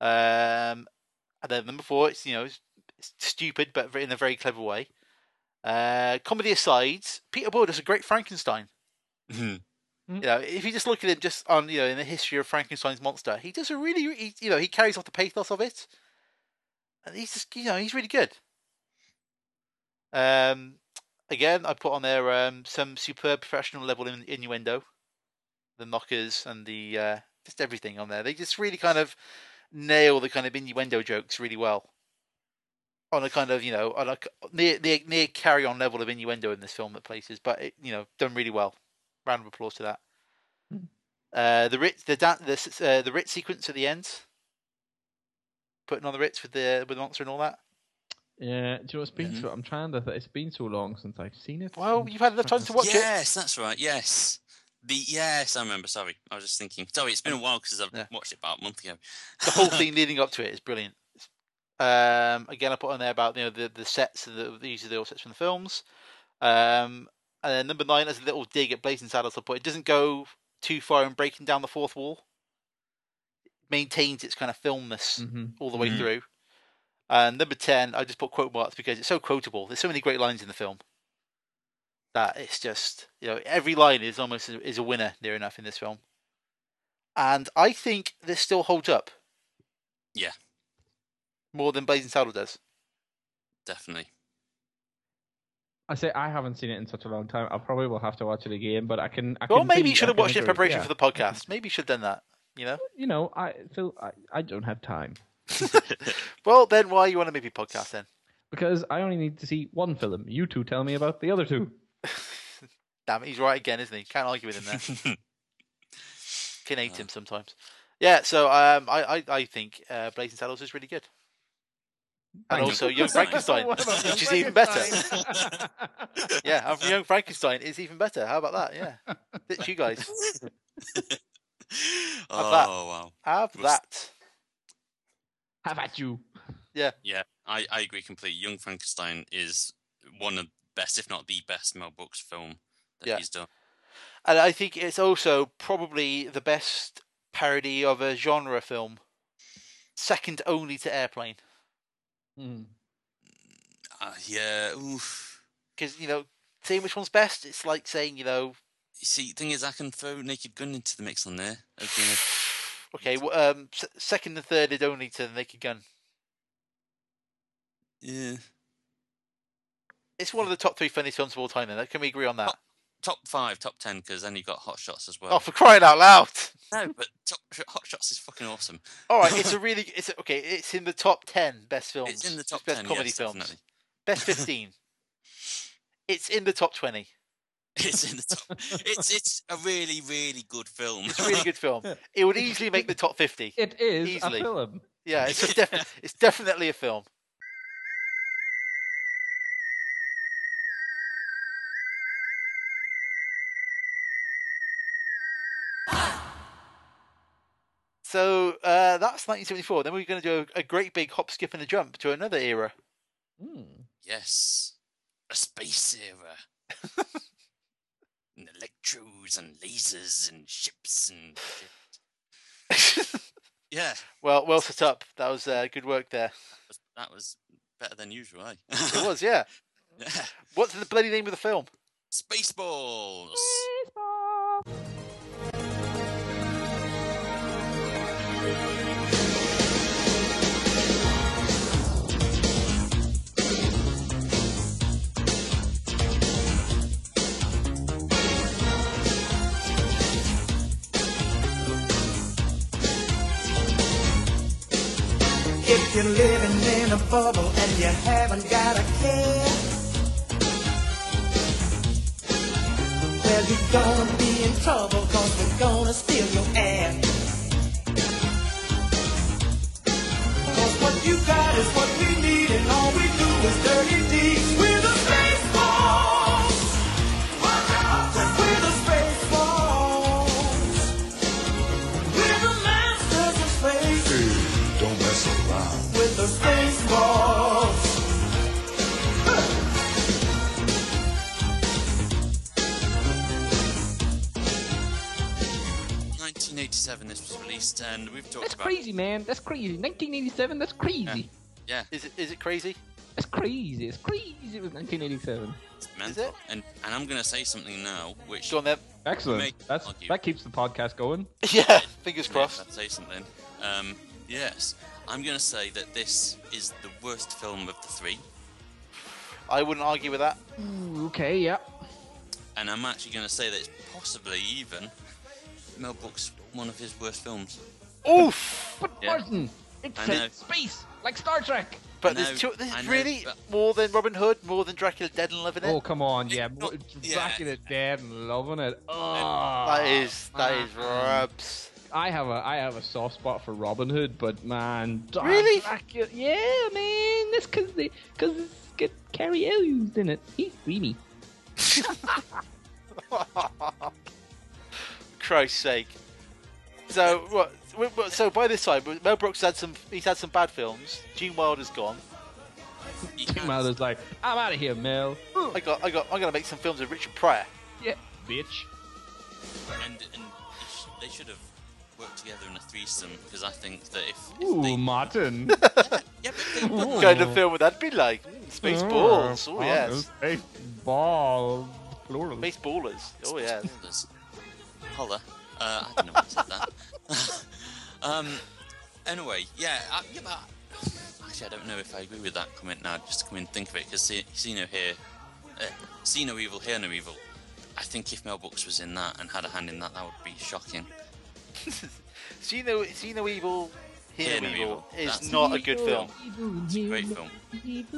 A: Um, and then number four, it's you know it's, it's stupid but in a very clever way. Uh, comedy aside, Peter Boyle does a great Frankenstein.
C: Mhm.
A: You know, if you just look at him just on, you know, in the history of Frankenstein's monster, he does a really, he, you know, he carries off the pathos of it, and he's just, you know, he's really good. Um, again, I put on there um some superb professional level in, innuendo, the knockers and the uh, just everything on there. They just really kind of nail the kind of innuendo jokes really well. On a kind of you know on a c- near near, near carry on level of innuendo in this film at places, but it, you know done really well. Round of applause to that. Uh, the Ritz, the dan- the s- uh, the Ritz sequence at the end, putting on the Ritz with the with the monster and all that.
B: Yeah, do you know it's been so? I'm trying to. Th- it's been so long since I've seen it.
A: Well, you've had enough time to watch it.
C: Yes, that's right. Yes. The yes, I remember. Sorry, I was just thinking. Sorry, it's been a while because I've
A: Yeah.
C: watched it about a month ago.
A: The whole thing leading up to it is brilliant. Um, again, I put on there about you know the the sets, and the, these are the all sets from the films. Um, and then number nine is a little dig at Blazing Saddles. I put it doesn't go too far in breaking down the fourth wall. maintains its kind of filmness.
B: hmm
A: all the way
C: Mhm.
A: through. And number ten, I just put quote marks because it's so quotable. There's so many great lines in the film that it's just you know every line is almost a, is a winner near enough in this film. And I think this still holds up.
C: Yeah.
A: More than Blazing Saddle does.
C: Definitely.
B: I say I haven't seen it in such a long time. I probably will have to watch it again, but I can. I
A: Well,
B: can
A: maybe
B: see-
A: you should
B: I
A: have
B: can
A: watched it in
B: agree.
A: preparation
B: Yeah.
A: for the podcast. Maybe you should have done that. You know.
B: You know, I Phil, I, I don't have time
A: Well, then why are you on a movie podcast then?
B: because I only need to see one film. You two tell me about the other two.
A: Damn it, he's right again, isn't he? Can't argue with him there. can hate him sometimes. Yeah, so um, I, I I think uh, Blazing Saddles is really good, and
B: Thanks.
A: also Young Frankenstein,
B: What about
A: which is
B: Young
A: even better.
B: Frankenstein?
A: yeah, and Young Frankenstein is even better. How about that? Yeah, ditch you guys. that.
C: oh wow.
A: Have
C: Was-
A: that.
B: Have at you.
C: Yeah, I, I agree completely. Young Frankenstein is one of the best, if not the best, Mel Brooks film that
A: Yeah.
C: he's done.
A: And I think it's also probably the best parody of a genre film, second only to Airplane. Hmm.
B: Mm.
C: Uh, yeah, oof.
A: Because you know, saying which one's best, it's like saying you know,
C: You see, the thing is, I can throw Naked Gun into the mix on there. As being a,
A: okay, w- um, s- second and third is only to the Naked Gun.
C: yeah,
A: It's one of the top three funniest films of all time. Then can we agree on that?
C: top five, top ten, because then you got Hot Shots as Oh, well.
A: Oh, for crying out loud!
C: no, but top, Hot Shots is fucking awesome.
A: All right, it's a really it's a, okay. It's in the top ten best films.
C: It's in the top
A: best
C: ten.
A: comedy
C: yes,
A: films.
C: definitely.
A: Best fifteen. it's in the top twenty.
C: It's in the top. it's it's a really really good film.
A: It's a really good film. It would easily make the top fifty.
B: It is
A: Easily.
B: a film.
A: Yeah, it's just defi- it's definitely a film. So uh, that's 1974. Then we're
B: Hmm.
A: going to do a, a great big hop, skip, and a jump to another era.
B: Mm.
C: yes. a space era. and electros and lasers and ships and shit. yeah,
A: Well, well set up. That was uh, good work there.
C: that was better than usual, eh?
A: It was, yeah.
C: Yeah.
A: What's the bloody name of the film?
C: Spaceballs.
I: If you're living in a bubble and you haven't got a care, well, you're gonna be in trouble because we're gonna steal your ass. Cause what you got is what we need, and all we do is dirty deeds. We're the Spaceballs. Watch out. We're the Spaceballs. We're the masters of space
J: Don't mess around.
I: with the space balls.
C: Nineteen eighty-seven. This was released, and we've talked
B: That's
C: about.
B: crazy, man. That's crazy. 1987. That's crazy.
C: Yeah,
A: Is it is it crazy?
B: That's crazy. It's crazy. It was 1987.
C: it's mental.
A: it?
C: And and I'm gonna say something now, which
A: Go on then.
B: Excellent.
C: Mate,
B: That's
C: fuck you.
B: that keeps the podcast going.
A: Yeah, fingers
C: Yeah,
A: crossed.
C: I'd say something. Um, yes, I'm going to say that this is the worst film of the three,
A: I wouldn't argue with that.
B: Ooh, okay. Yeah.
C: and I'm actually going to say that it's possibly even Mel Brooks' one of his worst films.
A: Oof!
B: But
C: Yeah.
B: Martin, it's
C: I know.
B: in space like Star Trek.
A: But
C: know,
A: there's two, this
C: I
A: is
C: know,
A: really
C: but-
A: more than Robin Hood, more than Dracula Dead and Living It.
B: Oh come on, yeah,
C: It-
B: mo-
C: yeah.
B: racking it dead and loving it. Oh,
A: that is that is
B: man.
A: rubs.
B: I have a I have a soft spot for Robin Hood, but man, damn,
A: Really?
B: Dracula, yeah, man, that's because they because it's got Carrie Elwes in it. He's dreamy.
A: Christ's sake. So what? we- what- So by this time, Mel Brooks had some. He's had some bad films. Gene Wilder's gone.
C: He
B: Tim
C: has-
B: Mother's like, I'm out of here, Mel.
A: I got. I got. I'm gonna make some films with Richard Pryor.
B: Yeah, bitch.
C: and, and they should have worked together in a threesome because I think that if, if
B: Ooh,
C: they,
B: Martin.
C: yeah, but they would
A: What
B: Ooh.
A: kind of film would that be like? Mm, Spaceballs. Oh yes.
B: Space ball. Plural.
A: Baseballers. Oh yes.
C: There's- Holla. Uh, I don't know why I said that. um, anyway, yeah, I, yeah but actually, I don't know if I agree with that comment now, just to come and think of it, because see, see no here, uh, see no evil, hear no evil. I think if Mel Brooks was in that and had a hand in that, that would be shocking.
A: See no. See no evil. Hear no evil
C: That's-
A: is not a good film.
C: Great film.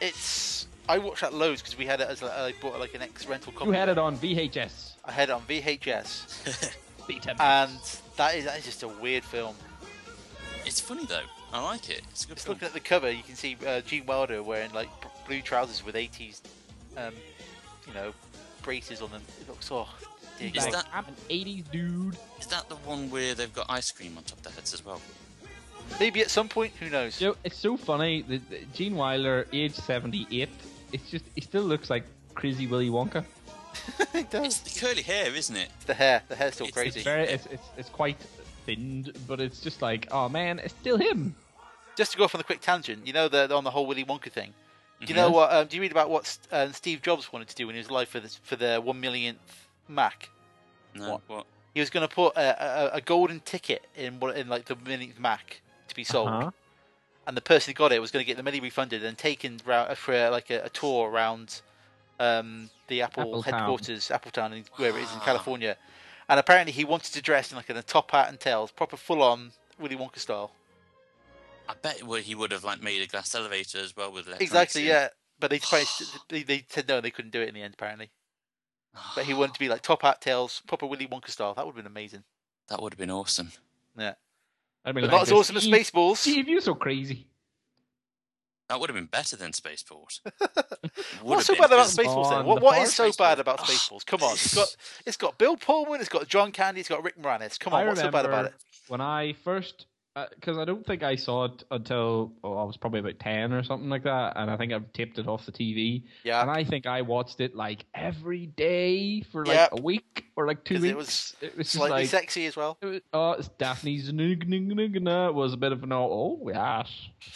A: It's. I watched that loads because we had it as like, I bought like an ex rental copy.
B: You had it on VHS.
A: I had it on VHS,
B: Beta.
A: and that is that is just a weird film.
C: It's funny though. I like it. It's a good
A: Just
C: film.
A: looking at the cover, you can see uh, Gene Wilder wearing like b- blue trousers with 80s, um, you know, braces on them. It looks oh, dear
C: Is
A: God.
C: that-
B: I'm an 80s dude.
C: Is that the one where they've got ice cream on top of their heads as well?
A: maybe at some point, who knows?
B: You know, it's so funny that that Gene Wilder, age 78, it's just, he still looks like crazy Willy Wonka.
A: it
C: It's
A: does.
C: the curly hair, isn't it?
A: The hair, the hair's still
C: It's the
A: crazy.
B: It's very, it's, it's, it's quite thinned, but it's just like, oh man, it's still him.
A: Just to go off on a quick tangent, you know, the, on the whole Willy Wonka thing. Do you
C: Mm-hmm.
A: know what? Um, do you read about what S- um, Steve Jobs wanted to do when he was alive for this, for the one millionth Mac?
C: No. What?
A: He was going to put a, a, a golden ticket in what in like the millionth Mac to be sold.
B: Uh-huh.
A: and the person who got it was going to get the money refunded and taken round, for uh, like a, a tour around um, the Apple,
B: Apple Town. Ah.
A: headquarters, Appletown, in, where it is in
C: Wow.
A: California. And apparently, he wanted to dress in like in a top hat and tails, proper full on Willy Wonka style.
C: I bet well, he would have like made a glass elevator as well with electronics
A: Exactly,
C: in.
A: yeah. But they, tried, they they said no, they couldn't do it in the end. Apparently,
C: Ah,
A: but he wanted to be like top hat, tails, proper Willy Wonka style. That would have been amazing.
C: That would have been awesome.
A: Yeah,
B: I mean,
A: but not as
B: this,
A: awesome as
B: Steve-
A: Spaceballs.
B: Steve, you're so crazy.
C: That would have been better than Spaceport.
A: What's so bad about
B: Come
A: Spaceballs then?
B: on,
A: What,
B: the
A: what is so
B: Forest
A: bad about Spaceballs? Come on, it's got it's got Bill Pullman, it's got John Candy, it's got Rick Moranis. Come
B: I
A: on, what's so bad
B: remember
A: about it?
B: When I first because I don't think I saw it until oh, I was probably about ten or something like that, and I think I've taped it off the TV.
A: Yeah.
B: And I think I watched it like every day for like
A: Yep.
B: a week or like two weeks.
A: it was,
B: was just
A: slightly
B: like-
A: sexy as well.
B: Oh, it's Daphne Zanugna was a bit of an oh yes,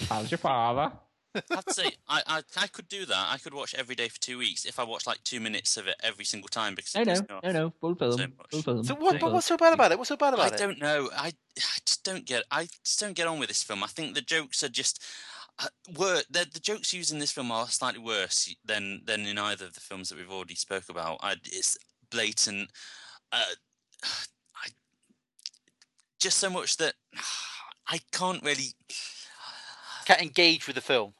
B: how's your father?
C: I'd say I, I I could do that. I could watch every day for two weeks if I watched like two minutes of it every single time because
B: I
C: it
B: know,
C: pissed me off.
B: I know, full film, full film.
A: So
B: full
A: what? But
B: film.
A: what's so bad about it? What's so bad about
C: I
A: it?
C: don't know. I, I just don't get. I just don't get on with this film. I think the jokes are just uh, were the, the jokes used in this film are slightly worse than than in either of the films that we've already spoke about. I, it's blatant. Uh, I just so much that I can't really.
A: Can't engage with the film.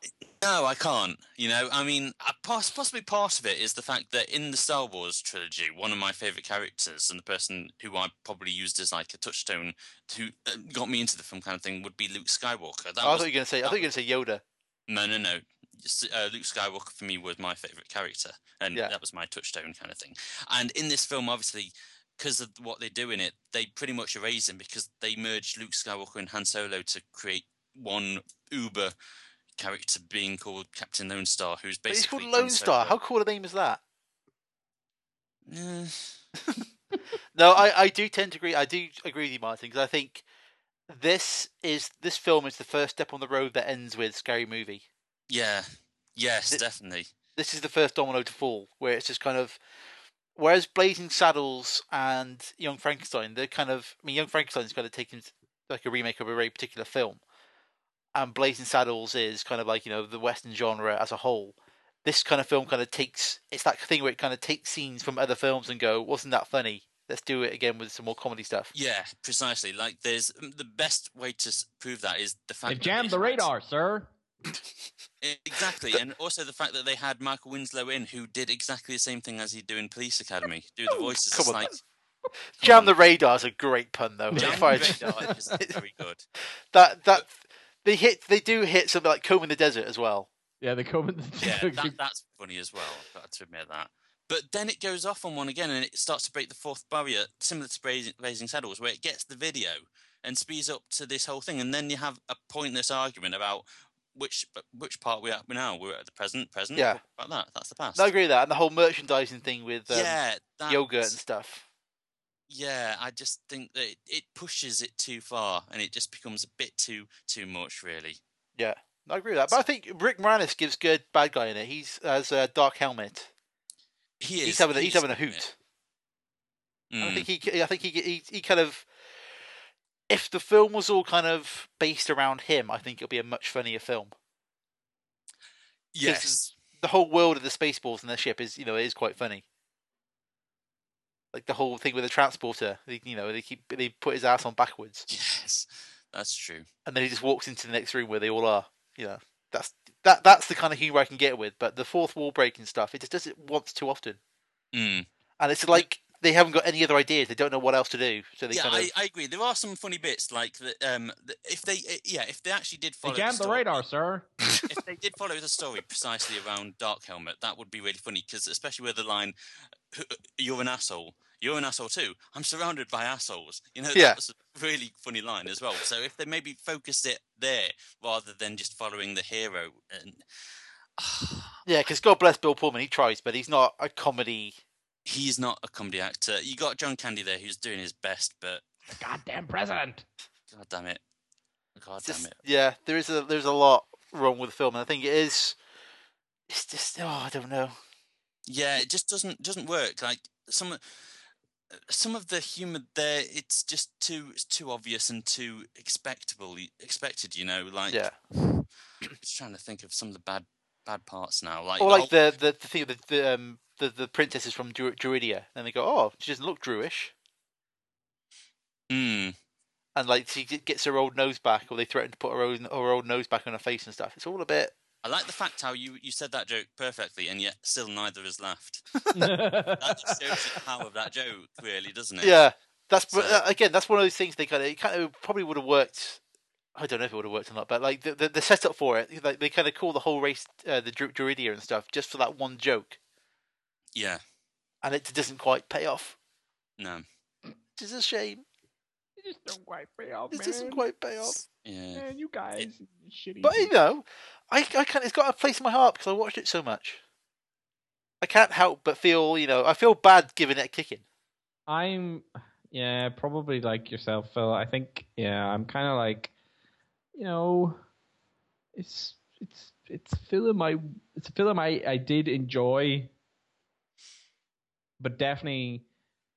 C: No, I can't. You know, I mean, a pos- possibly part of it is the fact that in the Star Wars trilogy, one of my favorite characters and the person who I probably used as like a touchstone who uh, got me into the film kind of thing would be Luke Skywalker. That
A: I
C: was
A: thought you were going to say. I thought you were going to say Yoda.
C: no, no, no. S- Uh, Luke Skywalker for me was my favorite character, and
A: Yeah.
C: that was my touchstone kind of thing. And in this film, obviously, because of what they do in it, they pretty much erase him because they merged Luke Skywalker and Han Solo to create one uber character being called Captain Lone Star, who's
A: But it's
C: basically
A: called
C: Han
A: Lone Star.
C: Solo.
A: How cool a name is that?
C: Eh,
A: No, I, I do tend to agree. I do agree with you, Martin, because I think this is this film is the first step on the road that ends with scary movie.
C: yeah, yes,
A: Th-
C: definitely.
A: This is the first domino to fall, where it's just kind of. Whereas Blazing Saddles and Young Frankenstein, they're kind of. I mean, Young Frankenstein's kind of taken like a remake of a very particular film, and Blazing Saddles is kind of like you know the Western genre as a whole. This kind of film kind of takes it's that thing where it kind of takes scenes from other films and go, wasn't that funny? Let's do it again with some more comedy stuff.
C: Yeah, precisely. Like, there's um, the best way to s- prove that is the fact
B: They've
C: that
B: jammed the
C: they had-
B: radar, sir.
C: Exactly, and also the fact that they had Michael Winslow in, who did exactly the same thing as he'd do in Police Academy, do the voices.
A: Oh, come on,
C: it's like
A: Jam the radar is a great pun though.
C: Jam
A: If I-
C: Radar is very good.
A: that that they hit they do hit something like Comb in the Desert as well.
B: Yeah, the comment.
C: Yeah, that, that's funny as well. I've got to admit that. But then it goes off on one again, and it starts to break the fourth barrier, similar to Blazing, Blazing Saddles, where it gets the video and speeds up to this whole thing, and then you have a pointless argument about which which part we're at now. We're at the present, present.
A: Yeah.
C: what about that. That's the past.
A: No, I agree with that, and the whole merchandising thing with um,
C: yeah, that,
A: yogurt and stuff.
C: yeah, I just think that it, it pushes it too far, and it just becomes a bit too too much, really.
A: Yeah, I agree with that. But I think Rick Moranis gives good bad guy in it. He's has a dark helmet.
C: He is.
A: he's having a, he's having a
C: doing it.
A: hoot.
C: Mm.
A: I think he I think he, he he kind of if the film was all kind of based around him, I think it'll be a much funnier film.
C: yes.
A: The whole world of the spaceballs and their ship is you know is quite funny. Like the whole thing with the transporter, they, you know, they keep they put his ass on backwards,
C: Yes, that's true.
A: and then he just walks into the next room where they all are. You know, that's that that's the kind of humor I can get with. But the fourth wall breaking stuff, it just does it once too often.
C: Mm.
A: and it's like they haven't got any other ideas. They don't know what else to do, so they
C: Yeah,
A: kind of
C: I, I agree. There are some funny bits, like the, um, the, if they, uh, yeah, if they actually did
B: They
C: follow
B: jammed the
C: story,
B: radar, sir.
C: if they did follow the story precisely around Dark Helmet, that would be really funny. Because especially with the line, "You're an asshole." You're an asshole too. I'm surrounded by assholes. You know, that
A: Yeah.
C: was a really funny line as well. So if they maybe focused it there rather than just following the hero, and
A: yeah, because God bless Bill Pullman, he tries, but he's not a comedy.
C: he's not a comedy actor. You got John Candy there, who's doing his best, but
B: The goddamn president.
C: god damn it, god
A: it's
C: Oh, damn
A: just-
C: it.
A: yeah, there is a there's a lot wrong with the film, and I think it is. It's just oh, I don't know.
C: yeah it just doesn't doesn't work like some uh, some of the humor there it's just too it's too obvious and too expectable expected you know like
A: yeah,
C: I'm just trying to think of some of the bad bad parts now like,
A: or like
C: the
A: the the, the thing the the, um, the the princess is from Dru- Druidia, and they go, oh, she doesn't look Druish,
C: whole- Mm,
A: and like she g- gets her old nose back, or they threaten to put her old her old nose back on her face and stuff. It's all a bit.
C: i like the fact how you you said that joke perfectly and yet still neither has laughed that just shows the power of that joke really doesn't it
A: Yeah, that's but
C: So-
A: uh, again, that's one of those things they kind of it kind of probably would have worked. I don't know if it would have worked or not, but like the the, the setup for it, like they kind of call the whole race uh, the Dru- Druidia and stuff just for that one joke,
C: yeah
A: and it doesn't quite pay off.
C: no
A: Which is a shame.
B: Just don't wipe me off,
A: It
B: man.
A: doesn't quite pay off.
C: Yeah.
B: Man, you guys, you shitty.
A: But you know, I, I can't. It's got a place in my heart because I watched it so much. I can't help but feel, you know, I feel bad giving it a kicking.
B: I'm, yeah, probably like yourself, Phil. I think, yeah, I'm kind of like, you know, it's it's it's a film I it's a film I I did enjoy, but definitely,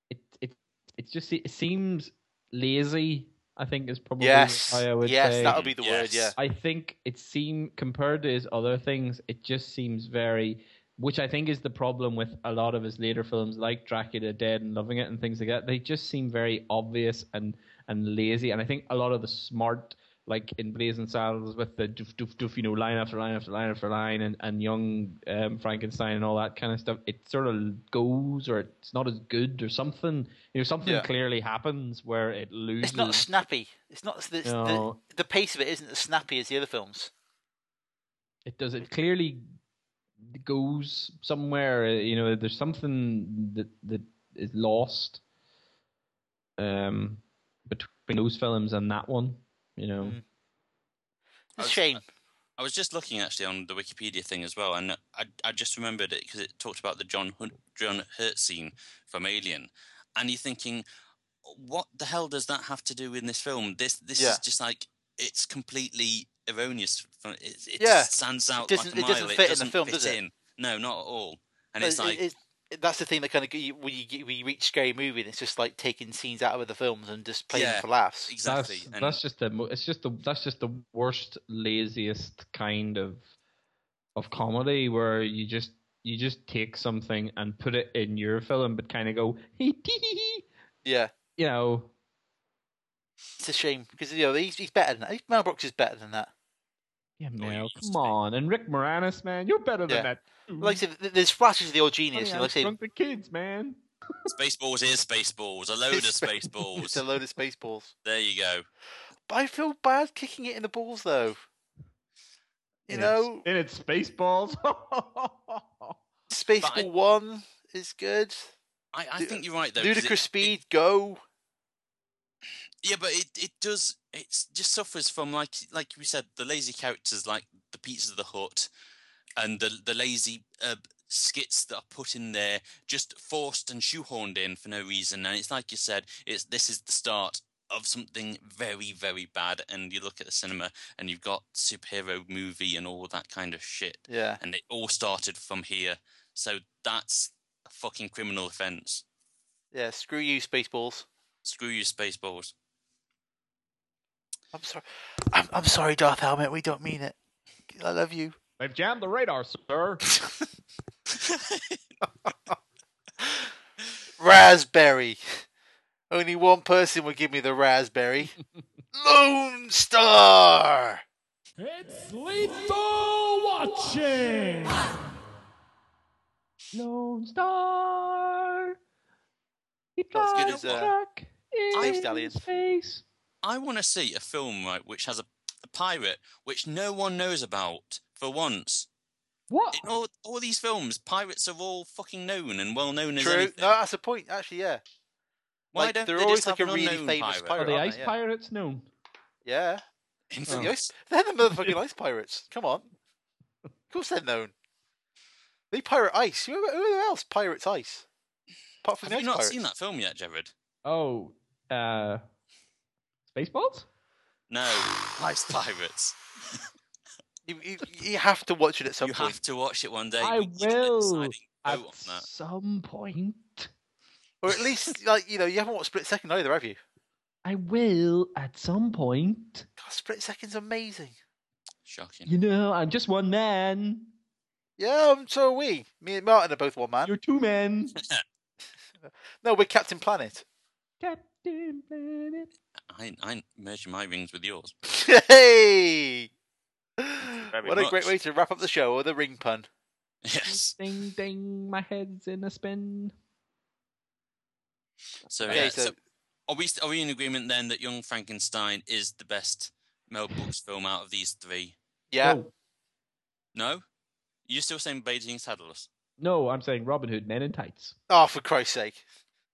B: it it it just se- it seems lazy. I think is probably
A: yes,
B: how I would
A: yes,
B: say.
A: that would be the word.
C: Yes.
A: Yeah,
B: I think it seem compared to his other things, it just seems very, which I think is the problem with a lot of his later films, like Dracula Dead and Loving It and things like that. They just seem very obvious and and lazy. And I think a lot of the smart, like in Blazing Saddles, with the doof doof doof, you know, line after line after line after line, and and Young um, Frankenstein and all that kind of stuff, it sort of goes or it's not as good or something. You know, something
A: Yeah.
B: clearly happens where it loses.
A: it's not snappy. It's not it's
B: No.
A: the the pace of it isn't as snappy as the other films.
B: it does it clearly goes somewhere uh, you know there's something that that is lost um between those films and that one you know
A: Mm. It's
C: I
A: a
C: was-
A: shame.
C: I was just looking actually on the Wikipedia thing as well, and I, I just remembered it because it talked about the John Hun- John Hurt scene from Alien, and you're thinking, what the hell does that have to do in this film? This this
A: Yeah.
C: is just like it's completely erroneous. from- It, it
A: Yeah.
C: just stands out
A: doesn't-
C: like a
A: it
C: mile.
A: doesn't fit in the film,
C: fit
A: does it?
C: in. No, not at all. And
A: But
C: it's
A: it-
C: like
A: it's- that's the thing that kind of when you get- when you reach scary movie, and it's just like taking scenes out of other films and just playing them
C: Yeah.
A: for laughs.
C: exactly.
B: that's,
C: and
B: that's just the mo- it's just the that's just the worst laziest kind of of comedy where you just you just take something and put it in your film but kind of go you
A: Yeah,
B: know
A: it's a shame because you know he's, he's better than that. Mel Brooks is better than that.
B: yeah,
C: you
B: Mel,
C: used to
B: come
C: be.
B: on and Rick Moranis man you're better than
A: Yeah.
B: that
A: Like I said, th- there's flashes of the old
B: Funny
A: genius. and
B: how
A: like I said,
B: drunk the kids, man.
C: Spaceballs is Spaceballs. A load of
A: It's- It's a
C: Spaceballs.
A: load of space balls.
C: there you go.
A: But I feel bad kicking it in the balls though. You know,
B: and it's Spaceballs.
A: Spaceball
C: But I-
A: One is good.
C: I, I
A: Lu-
C: think you're right though. 'cause it-
A: Ludicrous
C: it-
A: Speed, go.
C: Yeah, but it, it does. It just suffers from like like we said, the lazy characters like the Pizza the Hut, and the the lazy uh, skits that are put in there, just forced and shoehorned in for no reason. And it's like you said, it's this is the start of something very very bad. And you look at the cinema, and you've got superhero movie and all that kind of shit,
A: Yeah,
C: and it all started from here. So that's a fucking criminal offence.
A: yeah. Screw you, Spaceballs.
C: Screw you, Spaceballs.
A: I'm sorry. I'm, I'm sorry, Darth Helmet. We don't mean it. I love you.
B: They've jammed the radar, sir.
A: raspberry. Only one person would give me the raspberry. Lone Star.
H: It's lethal watching.
B: Lone Star. He
A: That's
C: good
B: got
C: as,
A: uh,
B: stuck
A: Space
B: in
A: Stallion.
B: space.
C: I want to see a film right which has a, a pirate which no one knows about for once.
B: What?
C: In all, all these films, pirates are all fucking known and well known as
A: True.
C: anything.
A: No, that's a point. Actually, yeah.
C: Why
A: like,
C: don't
A: they're
C: they
A: always
C: just
A: like
C: have
A: a
C: an
A: really
C: unknown
A: famous
C: pirate?
B: Are
A: pirate.
B: the
A: aren't
B: ice
A: they? yeah.
B: pirates known?
A: Yeah.
C: In
A: They're the
C: films?
A: ice- They're the motherfucking ice pirates. Come on. Of course they're known. They pirate ice. Who, who else pirates ice? Apart from
C: Have you
A: the ice
C: not
A: pirates.
C: seen that film yet, Jared?
B: Oh, uh, Spaceballs.
C: No, Ice Pirates.
A: You, you, you have to watch it at some
C: You
A: point.
C: have to watch it one day.
B: I
C: We need an
B: will
C: exciting
B: at
C: vote on that.
B: some point.
A: Or at least, like, you know, you haven't watched Split Second either, have you?
B: I will at some point.
A: God, Split Second's amazing.
C: Shocking.
B: You know, I'm just one man.
A: Yeah, um, so are we. Me and Martin are both one man.
B: You're two men.
A: No, we're Captain Planet.
B: Captain Planet.
C: I, I'm merging my rings with yours.
A: hey!
C: very
A: What a great
C: much.
A: way to wrap up the show with a ring pun.
C: Yes.
B: Ding ding, my head's in a spin.
C: So,
A: Okay,
C: yeah,
A: so,
C: so are, we, are we in agreement then that Young Frankenstein is the best Mel Brooks film out of these three?
A: yeah,
B: No,
C: No? You're still saying Beijing Saddles?
B: no, I'm saying Robin Hood, Men in Tights.
A: oh, for Christ's sake.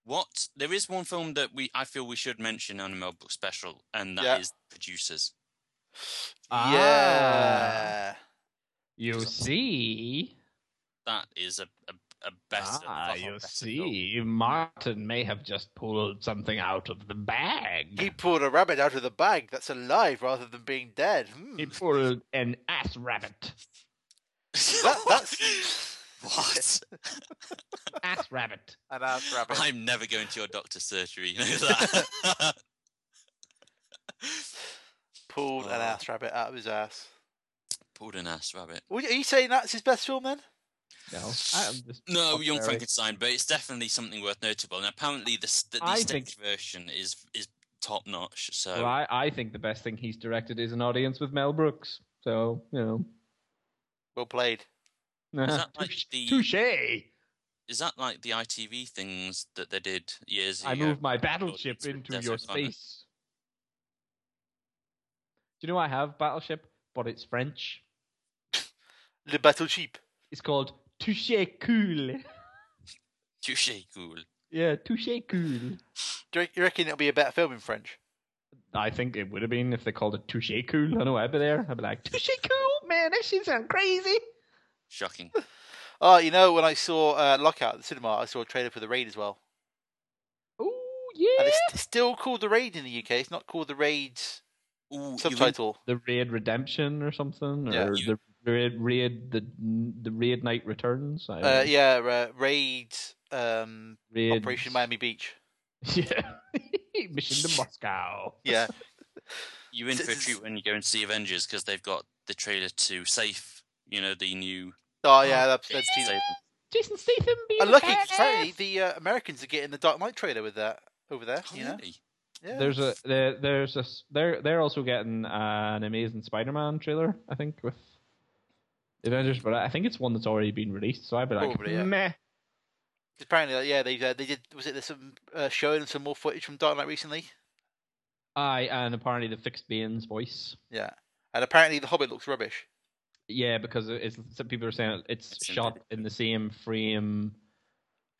C: What there is one film that we I feel we should mention on a Mel Brooks special, and that is
A: Yeah.
C: Producers.
B: Ah.
A: Yeah.
B: You see,
C: That is a a, a better.
B: ah,
C: far
B: you
C: better
B: see, Martin may have just pulled something out of the bag.
A: He pulled a rabbit out of the bag that's alive rather than being dead. Hmm.
B: He pulled an ass rabbit.
A: That- that's
C: What?
B: Ass rabbit.
A: an ass rabbit.
C: I'm never going to your doctor's surgery. You know that.
A: Pulled
C: Oh.
A: an ass rabbit out of his ass.
C: Pulled an ass rabbit.
A: Well, Are you saying that's his best film then?
B: No, I'm just
C: No, Young
B: Very-
C: Frankenstein, but it's definitely something worth notable. And apparently, the, st- the
B: I
C: stage
B: think-
C: version is is top notch. So
B: Well, I, I think the best thing he's directed is an audience with Mel Brooks. So you
A: Well played.
B: know,
C: that like the-
B: touche.
C: is that like the ITV things that they did years
B: I
A: um,
C: ago?
B: moved my battleship
C: That's-
B: into
C: that's
B: your
C: so funny.
B: space. Do you know I have battleship, but it's French.
A: Le Battleship.
B: It's called touche cool.
C: Touche, cool.
B: Yeah, touche cool.
A: Do you rec- you reckon it'll be a better film in French?
B: I think it would have been if they called it touche cool. I know I'd be there. I'd be like touche cool, man. That shit sound crazy.
C: Shocking.
A: Oh, you know, when I saw uh, Lockout at the cinema, I saw a trailer for The Raid as well.
B: Oh
A: And
B: yeah.
A: it's it's still called The Raid in the UK. It's not called The Raid
C: Ooh, you went-
A: subtitle.
B: The raid redemption or something, or
A: Yeah.
B: the raid, raid the the raid night returns. I don't
A: Uh,
B: know.
A: yeah, uh, Raid um,
B: Raid-
A: Operation Miami Beach.
B: Yeah. Mission to Moscow.
A: Yeah.
C: you in
A: This
C: for a
A: is-
C: treat when you go and see Avengers because they've got the trailer to Safe. You know the new.
A: Oh, yeah, that's, that's
C: Safe.
B: Jason Statham being
A: And lucky,
B: a badass.
A: apparently, the uh, Americans are getting the Dark Knight trailer with that over there.
C: Oh,
A: You know?
C: really?
A: yeah.
B: There's a there, there's a s- they're they're also getting uh, an amazing Spider-Man trailer, I think, with the Avengers, but I think it's one that's already been released. So I'd be like,
A: Probably, yeah.
B: meh.
A: apparently, like, yeah, they uh, they did. Was it there's some uh, showing some more footage from Dark Knight recently?
B: Aye, and apparently the fixed Bane's voice.
A: Yeah, and apparently, The Hobbit looks rubbish.
B: Yeah, because it's some people are saying it's,
C: It's in
B: shot in the same frame.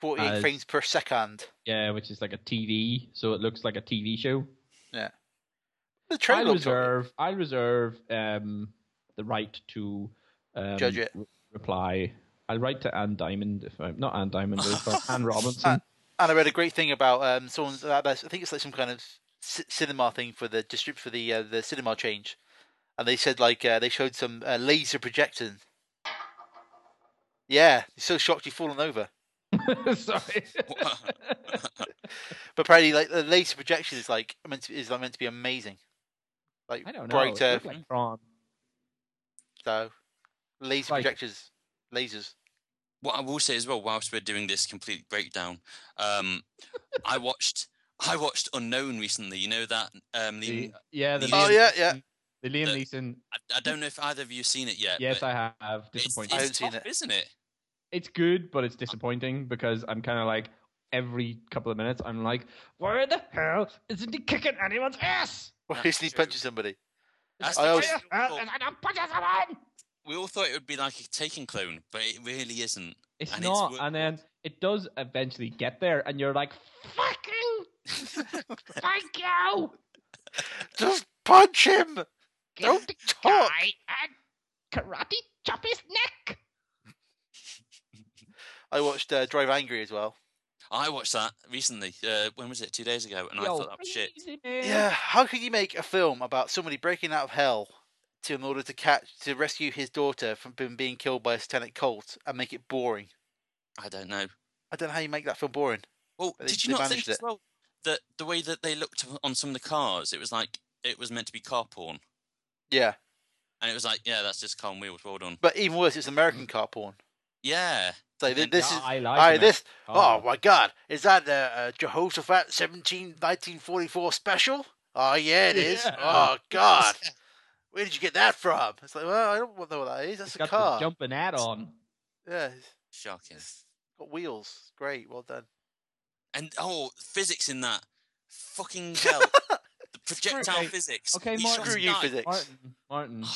A: Forty-eight
B: As-
A: frames per second.
B: Yeah, which is like a TV, so it looks like a TV show.
A: The
B: I
A: trailer looks alright.
B: reserve, I reserve um, the right to um,
A: Judge it.
B: re- reply. I'll write to Anne Diamond if I'm not Anne Diamond, but Anne Robinson.
A: Anne- And I read a great thing about um someone. I think it's like some kind of c- cinema thing for the distrib for the uh, the cinema change, and they said like uh, they showed some uh, laser projecting. Yeah, you're so shocked you've fallen over.
B: Sorry.
A: But apparently, like the laser projection is like meant to, is like, meant to be amazing, like
B: I don't know. it
A: brighter
B: looked like Tron.
A: so laser
B: Like-
A: projectors, lasers.
C: What I will say as well, whilst we're doing this complete breakdown, um, I watched I watched Unknown recently. You know that um, the,
B: The- yeah,
C: the-
B: the
A: Oh
C: Oh,
B: Liam,
A: yeah, yeah.
B: the Liam
C: the-
B: Neeson.
C: I, I don't know if either of you have seen it yet.
B: Yes,
C: but
B: I have.
C: it's-
B: Disappointing.
A: I
C: It's,
A: haven't seen
C: tough,
A: it.
C: isn't it?
B: it's good, but it's disappointing because I'm kind of like every couple of minutes I'm like, where the hell isn't he kicking anyone's ass?
A: Why
C: That's
A: isn't he
C: true.
A: punching somebody?
C: That's
A: I
C: the
A: always-
C: thing.
B: Where the hell is I'm punching someone?
C: we all thought it would be like a taken clone, but it really isn't.
B: It's
C: And it's
B: not,
C: worth
B: and then it does eventually get there, and you're like, fucking, thank you,
A: Just punch him!
B: Give
A: Don't
B: the
A: talk.
B: guy a karate chop his neck.
A: I watched uh, Drive Angry as well.
C: I watched that recently. Uh, when was it? Two days ago, and I
B: Yo,
C: thought that was shit.
B: crazy, man.
A: Yeah, how could you make a film about somebody breaking out of hell to in order to catch to rescue his daughter from being, being killed by a satanic cult and make it boring?
C: I don't know.
A: I don't know how you make that film boring.
C: Well,
A: But they-
C: did
A: they
C: you not
A: managed
C: think as
A: it.
C: well that the way that they looked on some of the cars, it was like it was meant to be car porn,
A: Yeah,
C: and it was like, yeah, that's just car and wheels rolled on.
A: but even worse, it's American car porn.
C: Yeah,
A: So thi- this
B: Mm. Yeah,
A: is.
B: I like
A: Aye,
B: American
A: this.
B: car.
A: Oh my God! Is that uh, uh, Jehoshaphat 17, 1944 special? Oh yeah, it is.
B: Yeah.
A: Oh God, where did you get that from? It's like, well, I don't know what that is. That's
B: It's
A: a
B: got
A: car.
B: the jumping ad on.
A: Yeah, it's
C: shocking.
A: got wheels. Great, well done.
C: And oh, physics in that fucking hell. the projectile
B: okay.
C: physics.
B: Okay,
C: He
B: Martin.
C: shot
A: Screw
C: his
A: you,
C: guy.
A: physics.
B: Martin, Martin,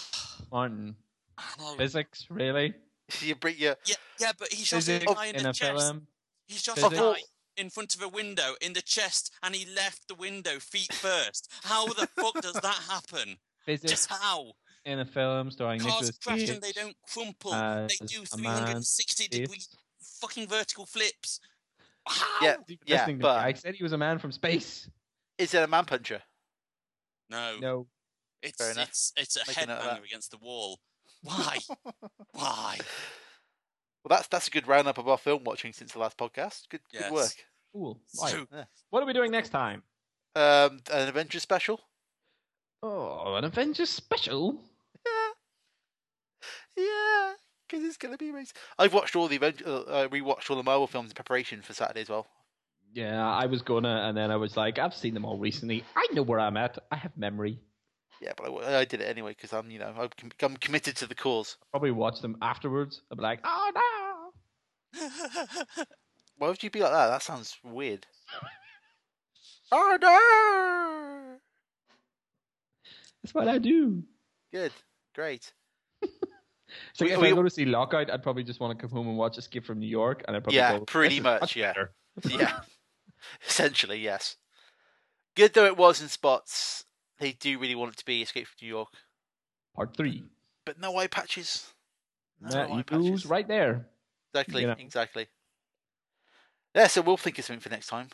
B: Martin.
C: I know.
B: Physics, really?
A: you bring your
C: Yeah, yeah, but he shot his
B: Physics
C: guy in
B: in
C: the
B: a
C: chest.
B: film?
C: He shot
B: Physics?
C: a guy in front of a window in the chest, and he left the window feet first. How the fuck does that happen?
B: Physics
C: Just how?
B: in a film starring
C: Cars
B: Nicolas
C: crash
B: Cage.
C: and they don't crumple.
B: as
C: they do
B: a man
C: 360 degree
B: is-
C: fucking vertical flips.
A: Yeah, yeah,
B: Listening to me,
A: but
B: I said he was a man from space.
A: is it a man puncher?
C: No,
B: No,
C: it's
A: fair enough.
C: it's it's a
A: Making note of that.
C: headbanger against the wall. Why? Why?
A: Well, that's that's a good roundup of our film watching since the last podcast. Good,
C: Yes.
A: good work.
B: cool. Right.
C: So,
B: What are we doing next time?
A: Um, an adventure special.
B: Oh, an Avengers special.
A: Yeah, because it's gonna be amazing. I've watched all the Avengers, uh, uh, rewatched all the Marvel films in preparation for Saturday as well.
B: Yeah, I was gonna, and then I was like, I've seen them all recently. I know where I'm at. I have memory.
A: Yeah, but I w- I, did it anyway because I'm, you know, I'm, com- I'm committed to the cause.
B: Probably watch them afterwards. I'll be like, oh no.
A: Why would you be like that? That sounds weird. oh no!
B: That's what I do.
A: Good, great.
B: So
A: We-
B: if
A: we-
B: I go to see Lockout, I'd probably just want to come home and watch Escape from New York, and I probably
A: Yeah,
B: go,
A: pretty
B: "This is
A: much,
B: much
A: yeah.
B: better."
A: Yeah, essentially yes. Good though it was in spots. They do really want it to be Escape from New York,
B: Part three.
A: but no eye patches. No
B: That
A: eye
B: goes
A: patches.
B: right there.
A: Exactly,
B: you know.
A: exactly. Yeah, so we'll think of something for next time.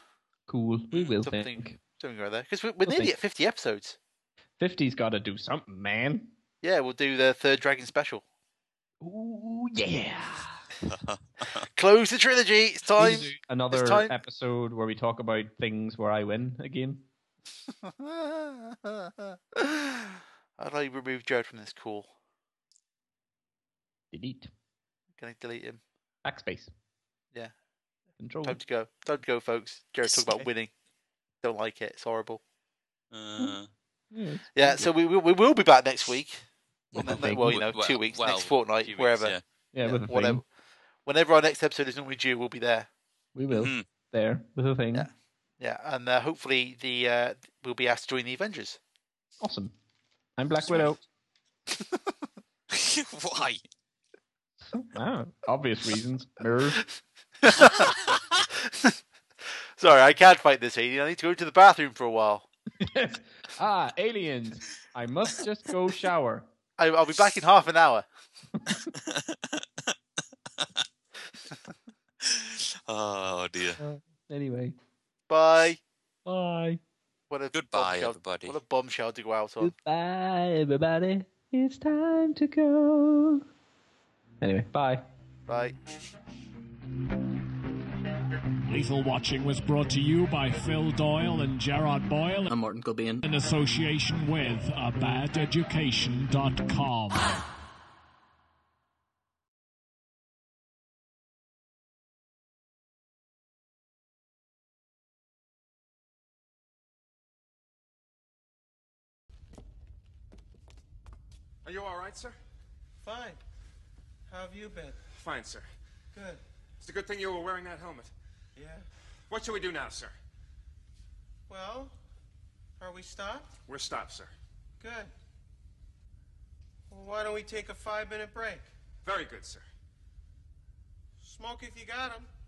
B: Cool. We will
A: Something.
B: think.
A: Something right there. Because we're, we're nearly
B: think.
A: at 50 episodes.
B: 50's got to do something, man.
A: Yeah, we'll do the third Dragon special.
B: Ooh, yeah.
A: Close the trilogy. It's
B: We
A: time.
B: need to do Another
A: It's time.
B: episode where we talk about things where I win again.
A: I'd like to remove Jared from this call.
B: Delete.
A: Can I delete him?
B: Backspace.
A: Yeah.
B: Control.
A: Time to go. Time to go, folks. Jared, talk about
C: Okay.
A: winning. Don't like it. It's horrible.
C: uh,
B: Yeah.
A: Yeah, so we, we, we will be back next week.
B: With
A: Well,
B: a thing.
A: well, you know, two weeks, next fortnight,
C: few weeks,
A: wherever.
C: yeah.
B: Yeah,
A: Yeah,
B: with a thing.
A: whatever. Whenever our next episode is normally due, we'll be there.
B: We will.
C: Mhm.
B: There. With a thing.
A: Mm-hmm. Yeah. Yeah, and uh, hopefully the uh, we'll be asked to join the Avengers.
B: Awesome. I'm Black Widow.
C: Why?
B: Ah, obvious reasons. Nerd.
A: Sorry, I can't fight this alien. I need to go to the bathroom for a while.
B: ah, aliens. I must just go shower.
A: I, I'll be back in half an hour.
C: oh dear.
B: Anyway.
A: Bye.
B: Bye.
A: What a
C: Goodbye,
A: bombshell-
C: everybody.
A: What a bombshell to go out on.
B: Goodbye, everybody. It's time to go. Anyway, bye.
A: Bye.
H: Lethal Watching was brought to you by Phil Doyle and Gerard Boyle
K: I'm Martin Cobain.
H: in association with abadeducation.com.
I: Are you all right, sir? Fine. How have you been? Fine, sir. Good.
L: It's a good thing you were wearing that helmet.
I: Yeah.
L: What shall we do now, sir?
I: Well, are we stopped?
L: We're stopped, sir.
I: Good. Well, why don't we take a five minute break?
L: Very good, sir.
I: Smoke if you got 'em.